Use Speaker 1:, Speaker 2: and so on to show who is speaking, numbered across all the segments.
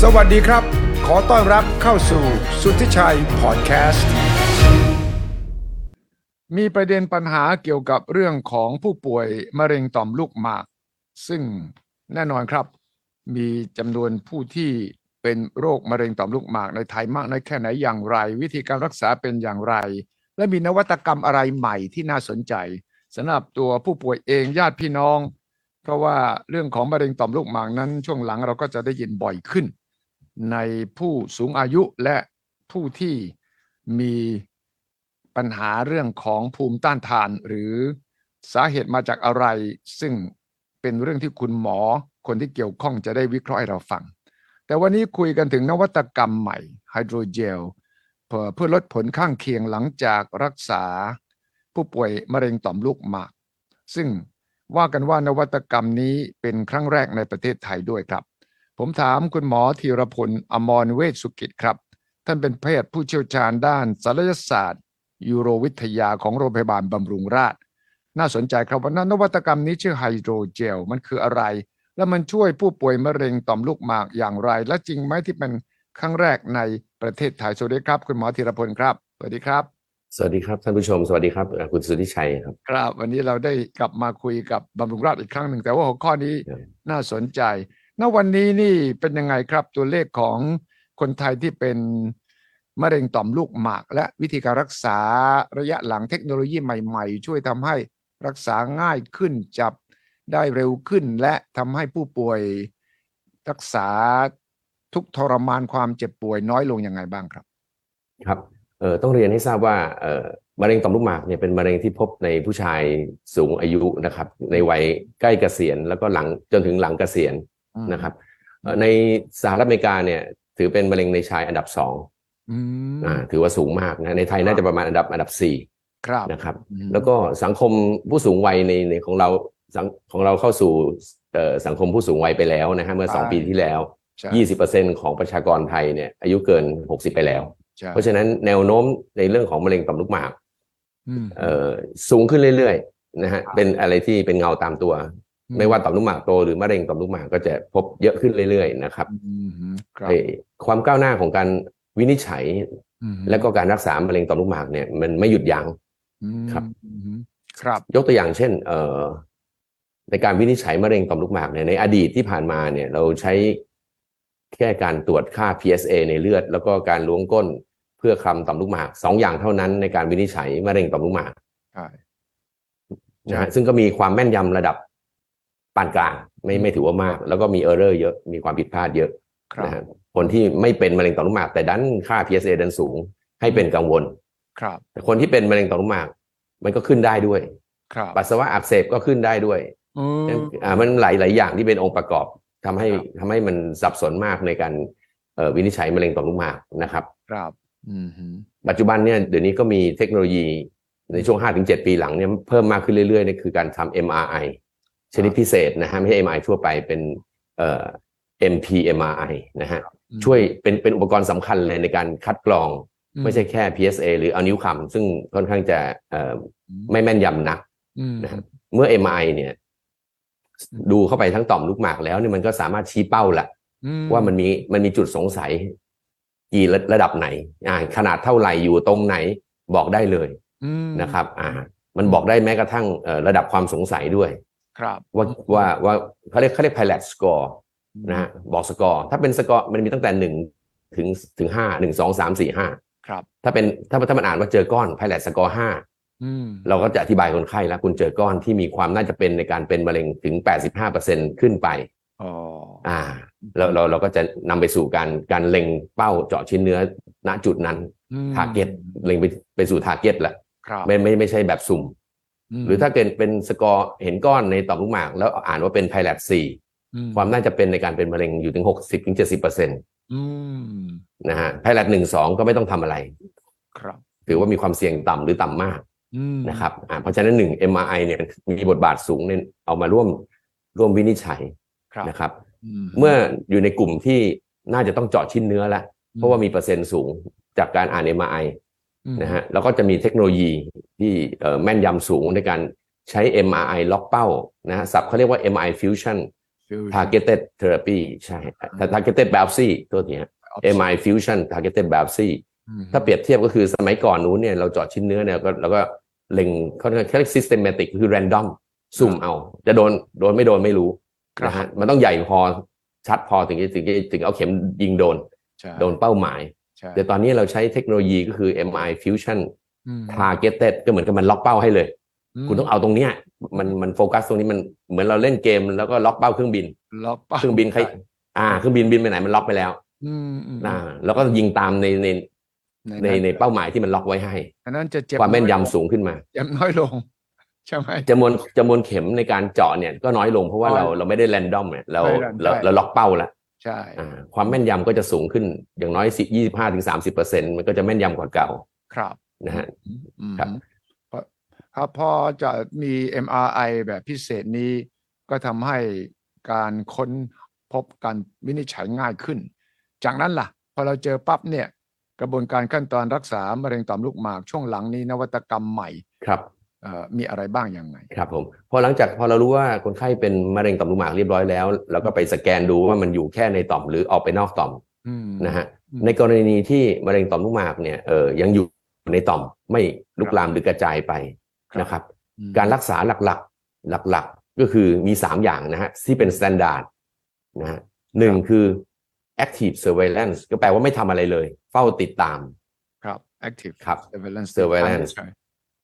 Speaker 1: สวัสดีครับ ขอต้อนรับเข้าสู่สุทธิชัยพอดแคสต์ มีประเด็นปัญหาเกี่ยวกับเรื่องของผู้ป่วยมะเร็งต่อมลูกหมาก ซึ่งแน่นอนครับ มีจำนวนผู้ที่เป็นโรคมะเร็งต่อมลูกหมากในไทยมากน้อยแค่ไหนอย่างไร วิธีการรักษาเป็นอย่างไร และมีนวัตกรรมอะไรใหม่ที่น่าสนใจสำหรับตัวผู้ป่วยเองญาติพี่น้อง เพราะว่าเรื่องของมะเร็งต่อมลูกหมากนั้น ช่วงหลังเราก็จะได้ยินบ่อยขึ้น ในผู้สูงอายุและผู้ที่มีปัญหาเรื่องของภูมิต้านทาน หรือสาเหตุมาจากอะไร ซึ่งเป็นเรื่องที่คุณหมอคนที่เกี่ยวข้องจะได้วิเคราะห์ให้เราฟัง แต่วันนี้คุยกันถึงนวัตกรรมใหม่ไฮโดรเจลเพื่อเพื่อลดผลข้างเคียงหลังจากรักษา ผู้ป่วยมะเร็งต่อมลูกหมาก ซึ่งว่ากันว่านวัตกรรมนี้เป็นครั้งแรกในประเทศไทยด้วยครับ ผมถามคุณหมอธีรพลอมรเวชสุกิจครับ ท่านเป็นแพทย์ผู้เชี่ยวชาญด้านศัลยศาสตร์ ยูโรวิทยาของโรงพยาบาลบำรุงราษฎร์น่าสนใจครับว่านวัตกรรมนี้ชื่อไฮโดรเจลมันคืออะไร และมันช่วยผู้ป่วยมะเร็งต่อมลูกหมากอย่างไร และจริงไหมที่เป็นครั้งแรกในประเทศไทยสวัสดีครับ คุณหมอธีรพลครับสวัสดีครับ
Speaker 2: สวัสดีครับท่านผู้ชมสวัสดีครับเอ่อคุณสุทธิชัยครับ
Speaker 1: ครับวันนี้เราได้กลับมาคุยกับบำรุงราษฎร์อีกครั้งหนึ่ง แต่ว่าหัวข้อนี้
Speaker 2: ครับ
Speaker 1: น่าสนใจ ณ วันนี้นี่เป็นยังไงครับตัวเลขของคนไทยที่เป็นมะเร็งต่อมลูกหมาก และวิธีการรักษาระยะหลังเทคโนโลยีใหม่ๆ ช่วยทำให้รักษาง่ายขึ้นจับได้เร็วขึ้น และทำให้ผู้ป่วยรักษาทุกข์ทรมานความเจ็บป่วยน้อยลงยังไงบ้างครับ
Speaker 2: ครับเอ่อต้องเรียนให้ทราบว่าเอ่อมะเร็งต่อมลูกหมากเนี่ยเป็นมะเร็งที่พบในผู้ชายสูงอายุนะครับในวัยใกล้เกษียณแล้วก็หลังจนถึงหลังเกษียณนะครับเอ่อในสหรัฐอเมริกาเนี่ยถือเป็นมะเร็งในชายอันดับสอง
Speaker 1: อืม
Speaker 2: อ่าถือว่าสูงมากนะในไทยน่าจะประมาณอันดับอันดับสี่
Speaker 1: ครับ
Speaker 2: นะครับ
Speaker 1: อืม
Speaker 2: แล้วก็สังคมผู้สูงวัยในในของเราสังของเราเข้าสู่เอ่อสังคมผู้สูงวัยไปแล้วนะฮะเมื่อสอง
Speaker 1: ใช่
Speaker 2: ปีที่แล้ว
Speaker 1: ใช่
Speaker 2: 20%ของประชากรไทยเนี่ยอายุเกิน 60 ไปแล้ว
Speaker 1: ใช่
Speaker 2: เพราะฉะนั้นแนวโน้มในเรื่องของมะเร็งต่อมลูกหมาก
Speaker 1: อืม
Speaker 2: เอ่อสูงขึ้นเรื่อยๆนะฮะเป็นอะไรที่เป็นเงาตามตัว ไม่ว่าต่อมลูกหมากโตหรือมะเร็งต่อมลูกหมากก็จะพบเยอะขึ้นเรื่อยๆนะครับ
Speaker 1: อืมครับ
Speaker 2: ไอ้ความก้าวหน้าของการวินิจฉัย
Speaker 1: อืม
Speaker 2: และก็การรักษามะเร็งต่อมลูกหมากเนี่ยมันไม่หยุดยั้ง
Speaker 1: อืม
Speaker 2: ครับ
Speaker 1: อืมครับ
Speaker 2: ยกตัวอย่างเช่นเอ่อในการวินิจฉัยมะเร็งต่อมลูกหมากเนี่ยในอดีตที่ผ่านมาเนี่ยเราใช้แค่การตรวจค่า PSA ในเลือด แล้วก็การล้วงก้นเพื่อคลำต่อมลูกหมากสองอย่างเท่านั้นในการวินิจฉัยมะเร็งต่อมลูกหมาก
Speaker 1: ใช่
Speaker 2: นะฮะซึ่งก็มีความแม่นยำระดับปานกลางไม่ไม่ถือว่ามาก แล้วก็มีเออร์เรอร์เยอะมีความผิดพลาดเยอะ
Speaker 1: ครับ
Speaker 2: นะฮะคนที่ไม่เป็นมะเร็งต่อมลูกหมาก แต่ดันค่า PSA ดันสูง ให้เป็นกังวล
Speaker 1: ครับ
Speaker 2: แต่คนที่เป็นมะเร็งต่อมลูกหมาก มันก็ขึ้นได้ด้วย
Speaker 1: ครับ
Speaker 2: ปัสสาวะอักเสบก็ขึ้นได้ด้วย
Speaker 1: อืม
Speaker 2: อ่ามันหลายหลายอย่างที่เป็นองค์ประกอบทำให้
Speaker 1: ครับ
Speaker 2: ทำให้มันสับสนมากในการเอ่อวินิจฉัยมะเร็งต่อมลูกหมากนะครับ
Speaker 1: ครับ อืมฮึ
Speaker 2: ปัจจุบันเนี่ยเดี๋ยวนี้ก็มีเทคโนโลยีในช่วง 5-7 ปีหลังเนี่ยเพิ่มมากขึ้นเรื่อยๆนี่คือการทำ MRI ชนิดพิเศษนะฮะไม่ใช่ MRI ทั่วไปเป็นเอ่อ MPMRI นะฮะ
Speaker 1: อืม
Speaker 2: ช่วยเป็นเป็นอุปกรณ์สำคัญเลยในการคัดกรอง
Speaker 1: อื
Speaker 2: ไม่ใช่แค่ PSA หรือเอานิ้วคำซึ่งค่อนข้างจะเอ่อไม่แม่นยำนัก
Speaker 1: อืม
Speaker 2: นะครับ เมื่อ MRI เนี่ย
Speaker 1: อืม
Speaker 2: ดูเข้าไปทั้งต่อมลูกหมากแล้วเนี่ยมันก็สามารถชี้เป้าละ
Speaker 1: อื
Speaker 2: ว่ามันมีมันมีจุดสงสัย กี่ระระดับไหนอ่าขนาดเท่าไหร่อยู่ตรงไหนบอกได้เลย
Speaker 1: อืม
Speaker 2: นะครับอ่ามันบอกได้แม้กระทั่งเอ่อระดับความสงสัยด้วย
Speaker 1: ครับ
Speaker 2: ว่าว่าว่าเขาเรียกเขาเรียก pilot score
Speaker 1: อืม
Speaker 2: นะฮะบอกสกอร์ถ้าเป็นสกอร์มันมีตั้งแต่หนึ่งถึงถึงห้าหนึ่งสองสามสี่ห้า
Speaker 1: ครับ
Speaker 2: ถ้าเป็นถ้าถ้ามันอ่านว่าเจอก้อน pilot score ห้า
Speaker 1: อืม
Speaker 2: เราก็จะอธิบายคนไข้แล้วคุณเจอก้อนที่มีความน่าจะเป็นในการเป็นมะเร็งถึง 85%ขึ้นไป
Speaker 1: อ๋อ
Speaker 2: อ่าเราเราเราก็จะนำไปสู่การการเล็งเป้าเจาะชิ้นเนื้อณจุดนั้น
Speaker 1: อืม
Speaker 2: target เล็งไปไปสู่ target แหละ
Speaker 1: ครับ
Speaker 2: ไม่ไม่ไม่ใช่แบบสุ่ม
Speaker 1: ม
Speaker 2: หรือถ้าเกิดเป็นสกอร์เห็นก้อนในต่อมลูกหมาก แล้วอ่านว่าเป็น p i l a t
Speaker 1: อื
Speaker 2: 4ความน่าจะเป็นในการเป็นมะเร็งอยู่ถึง 60-70%น
Speaker 1: อืม
Speaker 2: ะฮะ p i l a t 1 2 ก็ไม่ต้องทำอะไร
Speaker 1: ครับ
Speaker 2: ถือว่ามีความเสี่ยงต่ำหรือต่ำมาก
Speaker 1: อืม
Speaker 2: นะครับอ่าเพราะฉะนั้นหนึ่ง MRI เนี่ยมีบทบาทสูงเนี่ยเอามาร่วมร่วมวินิจฉัย
Speaker 1: ครับ
Speaker 2: นะครับ
Speaker 1: ม
Speaker 2: เมื่ออยู่ในกลุ่มที่น่าจะต้องเจาะชิ้นเนื้อละเพราะว่ามีเปอร์เซ็นต์สูงจากการอ่าน MRI
Speaker 1: อืม
Speaker 2: นะฮะแล้วก็จะมีเทคโนโลยีที่เอ่อแม่นยำสูงในการใช้ MRI ล็อกเป้านะฮะศัพท์เขาเรียกว่า MRI fusion
Speaker 1: fusion
Speaker 2: targeted therapy ใช่ targeted biopsy ตัวเนี้ย MI fusion targeted biopsy
Speaker 1: อืม
Speaker 2: ถ้าเปรียบเทียบก็คือสมัยก่อนนู้นเนี่ยเราเจาะชิ้นเนื้อเนี่ยก็เราก็เล็งเขาเรียก systematic คือ random สุ่มเอา จะโดนโดนไม่โดนไม่รู้
Speaker 1: ครับ
Speaker 2: นะฮะมันต้องใหญ่พอชัดพอถึงจะถึงจะถึงเอาเข็มยิงโดน
Speaker 1: ใช่
Speaker 2: โดนเป้าหมาย
Speaker 1: ใช่
Speaker 2: แต่ตอนนี้เราใช้เทคโนโลยีก็คือ MI fusion
Speaker 1: อืม
Speaker 2: targeted ก็เหมือนกับมันล็อกเป้าให้เลย คุณต้องเอาตรงเนี้ยมันมันโฟกัสตรงนี้มันเหมือนเราเล่นเกมแล้วก็ล็อกเป้าเครื่องบิน
Speaker 1: ล็อกเป้า
Speaker 2: เครื่องบินใครอ่าเครื่องบินบินไปไหนมันล็อกไปแล้ว
Speaker 1: อืมอืม
Speaker 2: อ่าแล้วก็ยิงตามในในในในเป้าหมายที่มันล็อกไว้ให้
Speaker 1: อันนั้นจะเจ็บ
Speaker 2: ความแม่นยำ
Speaker 1: อยล
Speaker 2: สูงขึ้นมา
Speaker 1: เจ็บน้อยลง ใช่ไหม
Speaker 2: จำนวนจำนวนเข็มในการเจาะเนี่ยก็น้อยลงเพราะว่า
Speaker 1: น้อย
Speaker 2: เราเราไม่ได้แรนดอมเนี่ยเรา
Speaker 1: ไม่ random
Speaker 2: เราเราล็อกเป้าละ
Speaker 1: ใช่
Speaker 2: อ่าความแม่นยำก็จะสูงขึ้นอย่างน้อยสิยี่สิบห้าถึงสามสิบเปอร์เซ็นมันก็จะแม่นยำกว่าเก่า
Speaker 1: ครับ
Speaker 2: นะฮะ
Speaker 1: อืม
Speaker 2: ครับ
Speaker 1: พอครับพอจะมี MRI แบบพิเศษนี้ก็ทำให้การค้นพบการวินิจฉัยง่ายขึ้น จากนั้นล่ะ พอเราเจอปั๊บเนี่ย กระบวนการขั้นตอนรักษามะเร็งต่อมลูกหมากช่วงหลังนี้นวัตกรรมใหม่
Speaker 2: ครับ
Speaker 1: เอ่อมีอะไรบ้างยังไง
Speaker 2: ครับผมพอหลังจากพอเรารู้ว่าคนไข้เป็นมะเร็งต่อมลูกหมากเรียบร้อยแล้วเราก็ไปสแกนดูว่ามันอยู่แค่ในต่อมหรือออกไปนอกต่อม
Speaker 1: อืม
Speaker 2: นะฮะ
Speaker 1: อืม
Speaker 2: ในกรณีที่มะเร็งต่อมลูกหมากเนี่ยเออยังอยู่ในต่อมไม่ลุกลามหรือกระจายไปนะครับ
Speaker 1: อืม
Speaker 2: การรักษาหลักๆหลักๆก็คือมี 3 อย่างนะฮะที่เป็น s t ต n d า r d นะฮะหนึ่งคือ active surveillance ก็แปลว่าไม่ทำอะไรเลย เฝ้าติดตาม
Speaker 1: ครับ active
Speaker 2: ครับ
Speaker 1: surveillance
Speaker 2: surveillance
Speaker 1: ใช่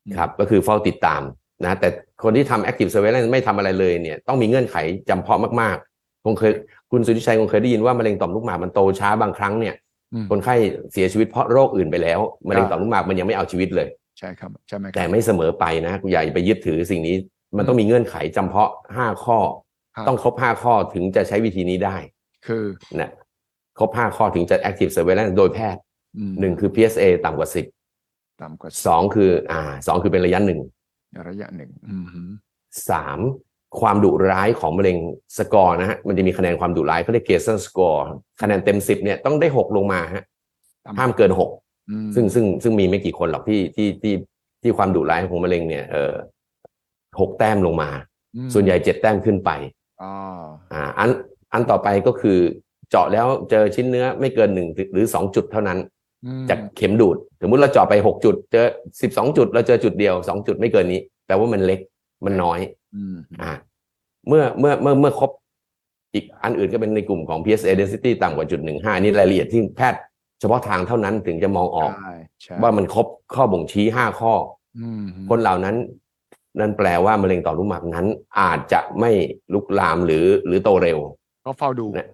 Speaker 1: อืม
Speaker 2: ครับก็คือเฝ้าติดตามนะแต่คนที่ทำ active surveillance ไม่ทำอะไรเลยเนี่ยต้องมีเงื่อนไขจำเพาะมากๆคงเคยคุณสุทธิชัยคงเคยได้ยินว่ามะเร็งต่อมลูกหมากมันโตช้าบางครั้งเนี่ย
Speaker 1: อืม
Speaker 2: คนไข้เสียชีวิตเพราะโรคอื่นไปแล้วมะเร็งต่อมลูกหมากมันยังไม่เอาชีวิตเลย
Speaker 1: ใช่ครับใช่ไหมค
Speaker 2: แต่
Speaker 1: รับ
Speaker 2: ไม่เสมอไปนะคุณใหญ่าไปยึดถือสิ่งนี้ มันต้องมีเงื่อนไขจำเพาะ 5 ข้อ
Speaker 1: ครับ
Speaker 2: ต้องครบ 5 ข้อถึงจะใช้วิธีนี้ได้
Speaker 1: คือ
Speaker 2: นะครบ 5 ข้อถึงจะ active surveillance โดยแพทย์
Speaker 1: อืม
Speaker 2: 1 คือ PSA ต่ำกว่า 10
Speaker 1: ต่ำกว่า
Speaker 2: 2 คืออ่าสองคือเป็นระยะหนึ่ง
Speaker 1: ระยะหนึ่งอืมฮึ
Speaker 2: สามความดุร้ายของมะเร็งสกอร์นะฮะมันจะมีคะแนนความดุร้ายเขาเรียกเกสันสกอร์คะแนนเต็มสิบเนี่ยต้องได้หกลงมาฮะ
Speaker 1: ต่ำ
Speaker 2: ห้ามเกินหก
Speaker 1: อืม
Speaker 2: ซึ่งซึ่งซึ่งมีไม่กี่คนหรอกที่ที่ที่ที่ความดุร้ายของมะเร็งเนี่ยเออหกแต้มลงมา
Speaker 1: อืม
Speaker 2: ส่วนใหญ่เจ็ดแต้มขึ้นไป
Speaker 1: อ๋อ
Speaker 2: อ่าอันอันต่อไปก็คือเจาะแล้วเจอชิ้นเนื้อไม่เกินหนึ่งหรือสองจุดเท่านั้น
Speaker 1: อืม
Speaker 2: จากเข็มดูด สมมติเราเจาะไปหกจุด เจอสิบสองจุด เราเจอจุดเดียวสองจุดไม่เกินนี้แปลว่ามันเล็กมันน้อย
Speaker 1: อืม
Speaker 2: อ่าเมื่อเมื่อเมื่อเมื่อครบอีกอันอื่นก็เป็นในกลุ่มของ PSA density ต่ำกว่าจุดหนึ่งห้านี่รายละเอียดที่แพทย์เฉพาะทางเท่านั้นถึงจะมองออก
Speaker 1: ใช่ใช่
Speaker 2: ว่ามันครบข้อบ่งชี้ห้าข้อ
Speaker 1: อืม
Speaker 2: คนเหล่านั้น นั่นแปลว่ามะเร็งต่อมลูกหมากนั้น อาจจะไม่ลุกลามหรือหรือโตเร็ว
Speaker 1: ก็เฝ้าดู
Speaker 2: เนี่ย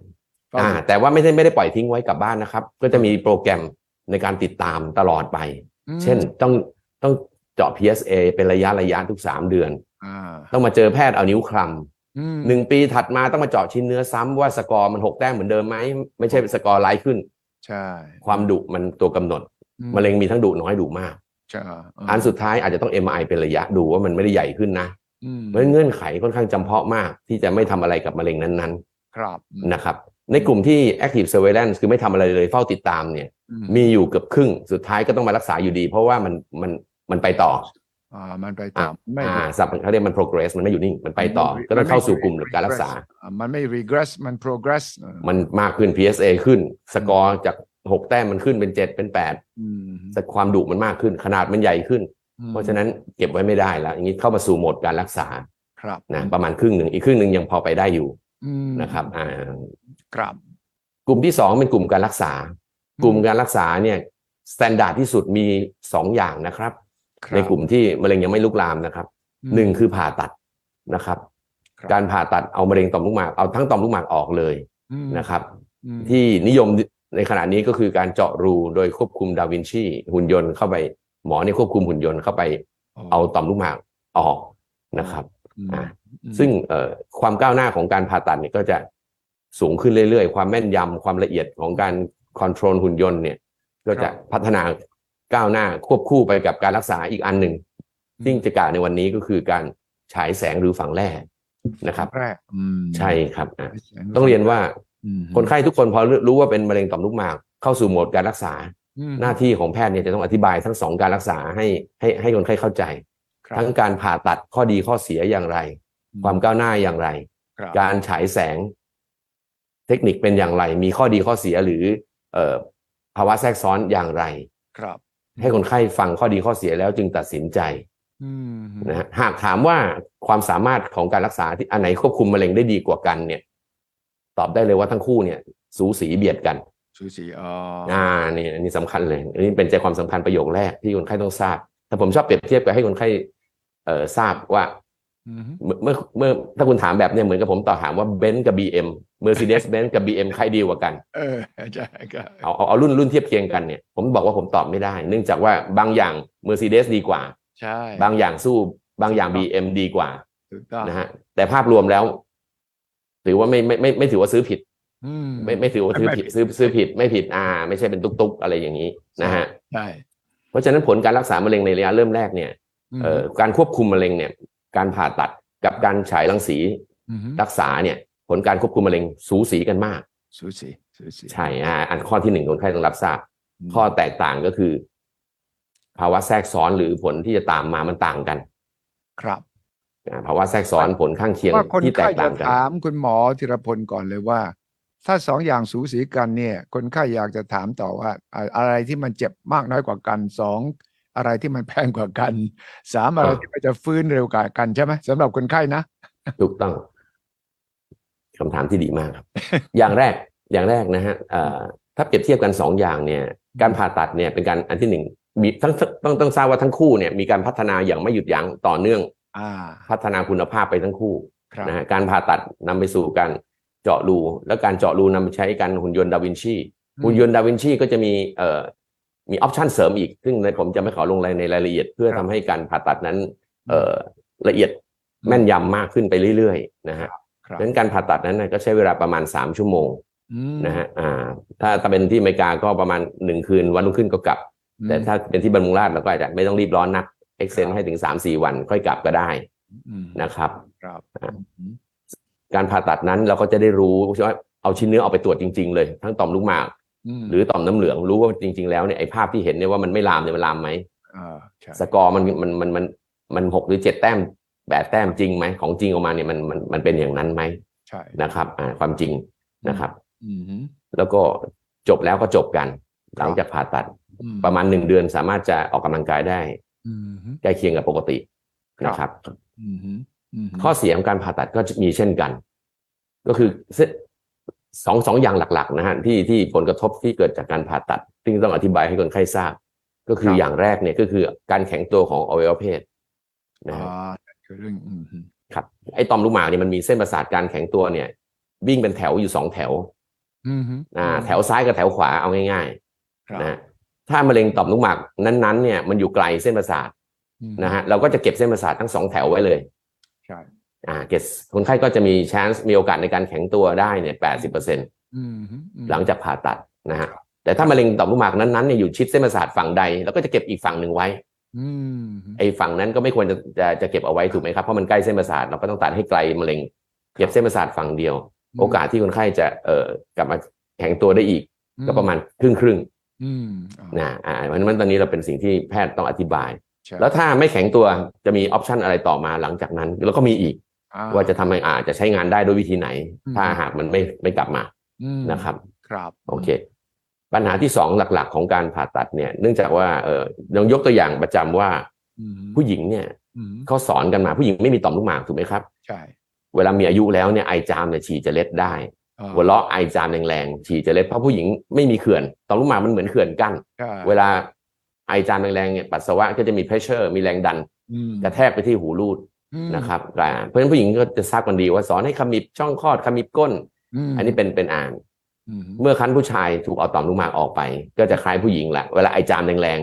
Speaker 1: เฝ้า
Speaker 2: อ่า
Speaker 1: ดู
Speaker 2: แต่ว่าไม่ได้ไม่ได้ปล่อยทิ้งไว้กลับบ้านนะครับ ก็จะมีโปรแกรมในการติดตามตลอดไป
Speaker 1: อืม
Speaker 2: เช่นต้องต้องเจาะ PSA เป็นระยะระยะทุกสามเดือน
Speaker 1: อ่า
Speaker 2: ต้องมาเจอแพทย์เอานิ้วคลำ
Speaker 1: อืม
Speaker 2: หนึ่งปีถัดมาต้องมาเจาะชิ้นเนื้อซ้ำว่าสกอร์มันหกแต้มเหมือนเดิมไหมไม่ใช่สกอร์ไล่ขึ้น
Speaker 1: ใช่
Speaker 2: ความดุมันตัวกำหนด
Speaker 1: อื
Speaker 2: มะเร็งมีทั้งดุน้อยดุมาก
Speaker 1: ใช่
Speaker 2: อันสุดท้ายอาจจะต้อง MRI เป็นระยะดูว่ามันไม่ได้ใหญ่ขึ้นนะ
Speaker 1: อืม
Speaker 2: เพราะเงื่อนไขค่อนข้างจำเพาะมาก ที่จะไม่ทำอะไรกับมะเร็งนั้น
Speaker 1: ครับอืม
Speaker 2: ๆนะครับในกลุ่มที่ active surveillance คือไม่ทำอะไรเลยเฝ้าติดตามเนี่ย
Speaker 1: อื
Speaker 2: มีอยู่เกือบครึ่งสุดท้ายก็ต้องมารักษาอยู่ดี เพราะว่ามันมันมันไปต่อ
Speaker 1: อ่ามันไปตามไม่
Speaker 2: อ่าสับเขาเรียกมัน progress มันไม่อยู่นิ่งมันไปต่อ ก็ต้องเข้าสู่กลุ่มการรักษา
Speaker 1: อ่ามันไม่ regress มัน progress อ่า
Speaker 2: มันมากขึ้น PSA ขึ้น สกอร์จาก 6 แต้มมันขึ้นเป็น 7 เป็น
Speaker 1: อืม
Speaker 2: 8แต่ความดุมันมากขึ้น ขนาดมันใหญ่ขึ้น
Speaker 1: อืม
Speaker 2: เพราะฉะนั้นเก็บไว้ไม่ได้แล้ว อย่างนี้เข้ามาสู่โหมดการรักษา
Speaker 1: ครับ
Speaker 2: นะประมาณครึ่งหนึ่งอีกครึ่งหนึ่งยังพอไปได้อยู่
Speaker 1: อืม
Speaker 2: นะครับอ่า
Speaker 1: ครับ
Speaker 2: กลุ่มที่ 2 เป็นกลุ่มการรักษา
Speaker 1: ม
Speaker 2: กลุ่มการรักษาเนี่ยสแตนดาร์ดที่สุดมี 2 อย่างนะครับ
Speaker 1: ครับ
Speaker 2: ในกลุ่มที่มะเร็งยังไม่ลุกลามนะครับ
Speaker 1: อืม
Speaker 2: หนึ่งคือผ่าตัดนะครับ
Speaker 1: ครับ
Speaker 2: การผ่าตัดเอามะเร็งต่อมลูกหมากเอาทั้งต่อมลูกหมากออกเลย
Speaker 1: อืม
Speaker 2: นะครับ
Speaker 1: อืม
Speaker 2: ที่นิยมในขณะนี้ก็คือการเจาะรูโดยควบคุมดาวินชีหุ่นยนต์เข้าไปหมอเนี่ยควบคุมหุ่นยนต์เข้าไปเอาต่อมลูกหมากออกนะครับ
Speaker 1: อืม
Speaker 2: อ่า
Speaker 1: อืม
Speaker 2: ซึ่งเอ่อความก้าวหน้าของการผ่าตัดเนี่ยก็จะสูงขึ้นเรื่อยๆ ความแม่นยำความละเอียดของการคอนโทรลหุ่นยนต์เนี่ยก็จะพัฒนาก้าวหน้าควบคู่ไปกับการรักษาอีกอันหนึ่งซึ่งจะกล่าวในวันนี้ก็คือการฉายแสงหรือฝังแร่นะครับ
Speaker 1: แรกอืม
Speaker 2: ใช่ครับอ่ะ
Speaker 1: ไม่ใช่
Speaker 2: ต้องเรียนว่า
Speaker 1: อืม
Speaker 2: คนไข้ทุกคนพอรู้ว่าเป็นมะเร็งต่อมลูกหมากเข้าสู่โหมดการรักษา
Speaker 1: อืม
Speaker 2: หน้าที่ของแพทย์เนี่ยจะต้องอธิบายทั้งสองการรักษาให้ให้ให้คนไข้เข้าใจ
Speaker 1: ครับ
Speaker 2: ทั้งการผ่าตัดข้อดีข้อเสียอย่างไร ความก้าวหน้าอย่างไร
Speaker 1: ครับ
Speaker 2: การฉายแสง เทคนิคเป็นอย่างไร มีข้อดีข้อเสียหรือ เอ่อภาวะแทรกซ้อนอย่างไร
Speaker 1: ครับ
Speaker 2: ให้คนไข้ฟังข้อดีข้อเสียแล้วจึงตัดสินใจ
Speaker 1: อืม
Speaker 2: นะฮะหากถามว่าความสามารถของการรักษาที่อันไหนควบคุมมะเร็งได้ดีกว่ากัน เนี่ย ตอบได้เลยว่าทั้งคู่เนี่ย สูสีเบียดกัน
Speaker 1: สูสีอ๋ออ
Speaker 2: อ่านี่อันนี้สำคัญเลยอันนี้เป็นใจความสำคัญประโยคแรกที่คนไข้ต้องทราบ แต่ผมชอบเปรียบเทียบกับให้คนไข้เอ่อทราบว่า
Speaker 1: อืม
Speaker 2: เมื่อเมื่อเมื่อถ้าคุณถามแบบเนี่ยเหมือนกับผมต่อบถามว่าเบนซ์กับบีเอ็มเมอร์เซเดส เบนซ์กับบีเอ็มใครดีกว่ากัน
Speaker 1: เอ อใช่ก็
Speaker 2: เอาเอาเอารุ่นรุ่นเทียบเคียงกันเนี่ยผมบอกว่าผมตอบไม่ได้ เนื่องจากว่าบางอย่างเมอร์เซเดสดีกว่า
Speaker 1: ใช่
Speaker 2: บางอย่างสู้บางอย่างบีเอ็มดีกว่า
Speaker 1: ถูกต้อง
Speaker 2: นะฮะแต่ภาพรวมแล้ว ถือว่าไม่ไม่ไม่ไม่ถือว่าซื้อผิด
Speaker 1: อืม
Speaker 2: ไม่ไม่ถือว่าซื้อผิดซื้อซื้อผิดไม่ผิดอ่า ไม่ใช่เป็นตุ๊กตุ๊กอะไรอย่างนี้นะฮะ
Speaker 1: ใช่
Speaker 2: เพราะฉะนั้นผลการรักษามะเร็งในระยะเริ่มแรกเนี่ย
Speaker 1: ม
Speaker 2: เอ่อการควบคุมมะเร็งเนี่ย การผ่าตัดกับการฉายรังสี
Speaker 1: ม
Speaker 2: รักษาเนี่ย ผลการควบคุมมะเร็งสูสีกันมาก
Speaker 1: สูสีสูสี
Speaker 2: ใช่อ่าอันข้อที่หนึ่งคนไข้ต้องรับทราบ
Speaker 1: ม
Speaker 2: ข้อแตกต่างก็คือ ภาวะแทรกซ้อนหรือผลที่จะตามมามันต่างกัน
Speaker 1: ครับ
Speaker 2: อ่าภาวะแทรกซ้อนผลข้างเคียง
Speaker 1: ว่าคน
Speaker 2: ที่แต
Speaker 1: ไข้
Speaker 2: กต่า
Speaker 1: จะ
Speaker 2: งกัน
Speaker 1: ถามคุณหมอธีรพลก่อนเลยว่า ถ้าสองอย่างสูสีกันเนี่ย คนไข้อยากจะถามต่อว่าอะอะไรที่มันเจ็บมากน้อยกว่ากันสองอะไรที่มันแพงกว่ากันสามอะไร
Speaker 2: อ่า
Speaker 1: ที่มันจะฟื้นเร็วกว่ากันใช่ไหมสำหรับคนไข้นะ
Speaker 2: ถูกต้องคำถามที่ดีมากครับ อย่างแรก อย่างแรกนะฮะเอ่อถ้าเปรียบเทียบกันสองอย่างเนี่ย การผ่าตัดเนี่ยเป็นการอันที่หนึ่งมีทั้งต้องต้องทราบว่าทั้งคู่เนี่ยมีการพัฒนาอย่างไม่หยุดยั้งต่อเนื่อง
Speaker 1: อ่า
Speaker 2: พัฒนาคุณภาพไปทั้งคู่
Speaker 1: ครับ
Speaker 2: นะฮะการผ่าตัดนำไปสู่การเจาะรู และการเจาะรูนำไปใช้การหุ่นยนต์ดาวินชี
Speaker 1: อืม
Speaker 2: หุ่นยนต์ดาวินชีก็จะมีเอ่อมีออปชันเสริมอีก ซึ่งในผมจะไม่ขอลงรายในรายละเอียด เพื่อทำให้การผ่าตัดนั้น เอ่อละเอียดแม่นยำมากขึ้นไปเรื่อยๆนะฮะ
Speaker 1: ครับ
Speaker 2: ดังนั้นการผ่าตัดนั้นนะก็ใช้เวลาประมาณ 3 ชั่วโมง
Speaker 1: อืม
Speaker 2: นะฮะอ่าถ้าถ้าเป็นที่อเมริกาก็ประมาณ 1 คืนวันรุ่งขึ้นก็กลับ
Speaker 1: อืม
Speaker 2: แต่ถ้าเป็นที่บรรลุงราชเราก็อาจจะไม่ต้องรีบร้อนนักเอ็กเซนให้ถึง 3-4 วันค่อยกลับก็ได้
Speaker 1: อืม
Speaker 2: นะครับ
Speaker 1: ครับอืม
Speaker 2: การผ่าตัดนั้นเราก็จะได้รู้ว่าเอาชิ้นเนื้อเอาไปตรวจจริง ๆ เลย ทั้งต่อมลูกหมาก
Speaker 1: ม
Speaker 2: หรือต่อมน้ำเหลืองรู้ว่าจริง ๆ แล้วเนี่ยไอ้ภาพที่เห็นเนี่ยว่ามันไม่ลามเนี่ยมันลามไหม
Speaker 1: อ่าใช่
Speaker 2: สกอร์มันมันมันมันมันหกหรือเจ็ดแต้มแปดแต้มจริงไหมของจริงออกมาเนี่ยมันมันมันเป็นอย่างนั้นไหม
Speaker 1: ใช่
Speaker 2: นะครับอ่าความจริงนะครับ
Speaker 1: อืม
Speaker 2: แล้วก็จบแล้วก็จบกัน หลังจากผ่าตัด
Speaker 1: อื
Speaker 2: ประมาณหนึ่งเดือนสามารถจะออกกำลังกายได้
Speaker 1: อืม
Speaker 2: ใกล้เคียงกับปกตินะครับ
Speaker 1: อืมอืม
Speaker 2: ข้อเสียของการผ่าตัดก็จะมีเช่นกัน ก็คือเสสองสองอย่างหลัก ๆ นะฮะที่ที่ผลกระทบที่เกิดจากการผ่าตัดซึ่งต้องอธิบายให้คนไข้ทราบ ก็คื
Speaker 1: ค
Speaker 2: อ
Speaker 1: รับ
Speaker 2: อย่างแรกเนี่ยก็คือการแข็งตัวของอวัยวะเพศนะ
Speaker 1: อ่
Speaker 2: ฮะ
Speaker 1: าคือเรื่องอืมอืม
Speaker 2: ครับไอ้ตอมลูกหมากเนี่ยมันมีเส้นประสาทการแข็งตัวเนี่ย วิ่งเป็นแถวอยู่สองแถว
Speaker 1: อืม
Speaker 2: อ่าแถวซ้ายกับแถวขวาเอาง่าย ๆ
Speaker 1: ครับ
Speaker 2: นะฮะถ้ามะเร็งต่อมลูกหมากนั้นๆเนี่ยมันอยู่ไกลเส้นประสาท
Speaker 1: อืม
Speaker 2: นะฮะเราก็จะเก็บเส้นประสาททั้งสองแถวไว้เลย
Speaker 1: ใช่
Speaker 2: อ่าเก็บคนไข้ก็จะมี chance มีโอกาสในการแข็งตัวได้เนี่ยแปดสิบเปอร์เซ็น
Speaker 1: อืมอืม
Speaker 2: หลังจากผ่าตัดนะฮะแต่ถ้ามะเร็งต่อมลูกหมากนั้นๆเนี่ยอยู่ชิดเส้นประสาทฝั่งใดเราก็จะเก็บอีกฝั่งหนึ่งไว้
Speaker 1: อืม
Speaker 2: ไอ้ฝั่งนั้นก็ไม่ควรจะจะจะเก็บเอาไว้ถูกไหมครับเพราะมันใกล้เส้นประสาทเราก็ต้องตัดให้ไกลมะเร็ง เก็บเส้นประสาทฝั่งเดียว โอกาสที่คนไข้จะเอ่อกลับมาแข็งตัวได้อีก ก็ประมาณครึ่งครึ่งๆ
Speaker 1: อืมอ่า
Speaker 2: นะอ่าเพราะฉะนั้นตอนนี้เราเป็นสิ่งที่แพทย์ต้องอธิบาย
Speaker 1: ใช่
Speaker 2: แล้วถ้าไม่แข็งตัวจะมีออปชันอะไรต่อมาหลังจากนั้น แล้วก็มีอีก
Speaker 1: อ่
Speaker 2: ว่าจะทำให้อาจจะใช้งานได้ด้วยวิธีไหน
Speaker 1: อืม
Speaker 2: ถ้าหากมันไม่ไม่กลับมา
Speaker 1: อืม
Speaker 2: นะครับ
Speaker 1: ครับ
Speaker 2: โอเค ปัญหาที่สองหลักๆ ของการผ่าตัดเนี่ย เนื่องจากว่าเออยังยกตัวอย่างประจำว่า
Speaker 1: อืม
Speaker 2: ผู้หญิงเนี่ย
Speaker 1: อืม
Speaker 2: เขาสอนกันมาผู้หญิงไม่มีต่อมลูกหมากถูกไหมครับ
Speaker 1: ใช่
Speaker 2: เวลามีอายุแล้วเนี่ยไอจามเนี่ยฉี่จะเล็ดได้
Speaker 1: อ่า
Speaker 2: หัวเราะไอจามแรงๆฉี่จะเล็ดเพราะผู้หญิงไม่มีเขื่อนต่อมลูกหมากมันเหมือนเขื่อนกั้น
Speaker 1: ใช่
Speaker 2: เวลาไอจามแรงๆเนี่ยปัสสาวะก็จะมีเพรสเชอร์มีแรงดัน
Speaker 1: อืม
Speaker 2: กระแทกไปที่หูรูด
Speaker 1: อืม
Speaker 2: นะครับอ่าเพราะฉะนั้นผู้หญิงก็จะทราบกันดีว่าสอนให้ขมิบช่องคลอดขมิบก้น
Speaker 1: ม
Speaker 2: อันนี้เป็นเป็นอ่าน
Speaker 1: อืม
Speaker 2: เมื่อคั้นผู้ชายถูกเอาต่อมลูกหมากออกไป ก็จะคล้ายผู้หญิงแหละเวลาไอจามแรง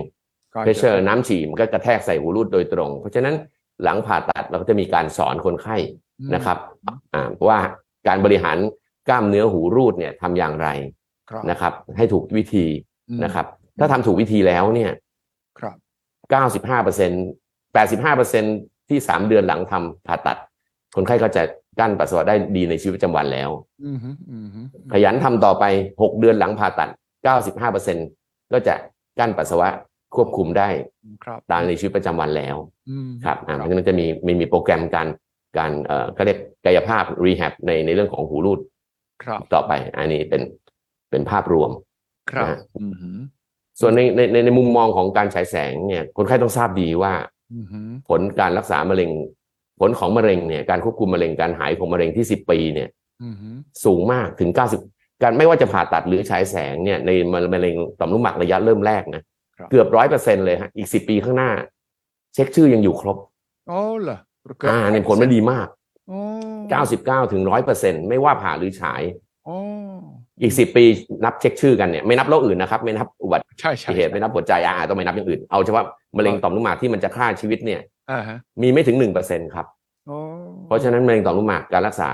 Speaker 1: ก็จะ
Speaker 2: ๆเพรสเชอร์น้ำฉี่มันก็กระแทกใส่หูรูดโดยตรง เพราะฉะนั้นหลังผ่าตัดเราก็จะมีการสอนคนไข้
Speaker 1: อืม
Speaker 2: นะครับอ่าว่าการบริหารกล้ามเนื้อหูรูดเนี่ยทำอย่างไร
Speaker 1: ครับ
Speaker 2: นะครับ ให้ถูกวิธี
Speaker 1: อืม
Speaker 2: นะครับ ถ้าทำถูกวิธีแล้วเนี่ย
Speaker 1: ครับ
Speaker 2: เก้าสิบห้าเปอร์เซ็นแปดสิบห้าเปอร์เซ็นที่สามเดือนหลังทำผ่าตัด คนไข้ก็จะกั้นปัสสาวะได้ดีในชีวิตประจำวันแล้ว
Speaker 1: อืมอืม
Speaker 2: ขยันทำต่อไปหกเดือนหลังผ่าตัดเก้าสิบห้าเปอร์เซ็นก็จะกั้นปัสสาวะควบคุมได้
Speaker 1: ครับ
Speaker 2: ตามในชีวิตประจำวันแล้ว
Speaker 1: อืม
Speaker 2: ครับอ่าเพราะฉะนั้นจะมีมีมีโปรแกรมการ การเอ่อก็เรียกกายภาพ rehab ในในเรื่องของหูรูด
Speaker 1: ครับ
Speaker 2: ต่อไป อันนี้เป็นเป็นภาพรวม
Speaker 1: ครับ
Speaker 2: นะฮะ
Speaker 1: อือหือ
Speaker 2: ส่วนในในในในมุมมองของการฉายแสงเนี่ยคนไข้ต้องทราบดีว่า
Speaker 1: อือหือ
Speaker 2: ผลการรักษามะเร็ง ผลของมะเร็งเนี่ยการควบคุมมะเร็งการหายของมะเร็งที่ 10 ปีเนี่ย
Speaker 1: อือหือ
Speaker 2: สูงมากถึง 90 การไม่ว่าจะผ่าตัดหรือฉายแสงเนี่ยในมะเร็งต่อมลูกหมากระยะเริ่มแรกนะเกือบร้อยเปอร์เซ็นเลยฮะอีก 10 ปีข้างหน้า เช็คชื่อยังอยู่ครบ
Speaker 1: อ๋อเหรอ
Speaker 2: อ่าในยผลมันดีมาก
Speaker 1: อ๋อ
Speaker 2: 99ถึง100%ไม่ว่าผ่าหรือฉาย
Speaker 1: อ๋อ
Speaker 2: อีก 10 ปีนับเช็คชื่อกันเนี่ยไม่นับโรคอื่นนะครับ ไม่นับอุบัติ
Speaker 1: ใช่ใช่
Speaker 2: เหตุไม่นับหัวใจอ่าต้องไม่นับอย่างอื่น เอาเฉพาะมะเร็งต่อมลูกหมากที่มันจะฆ่าชีวิตเนี่ย
Speaker 1: อ่าฮะ
Speaker 2: มีไม่ถึง1%ครับ
Speaker 1: อ๋อ
Speaker 2: เพราะฉะนั้นมะเร็งต่อมลูกหมากการรักษา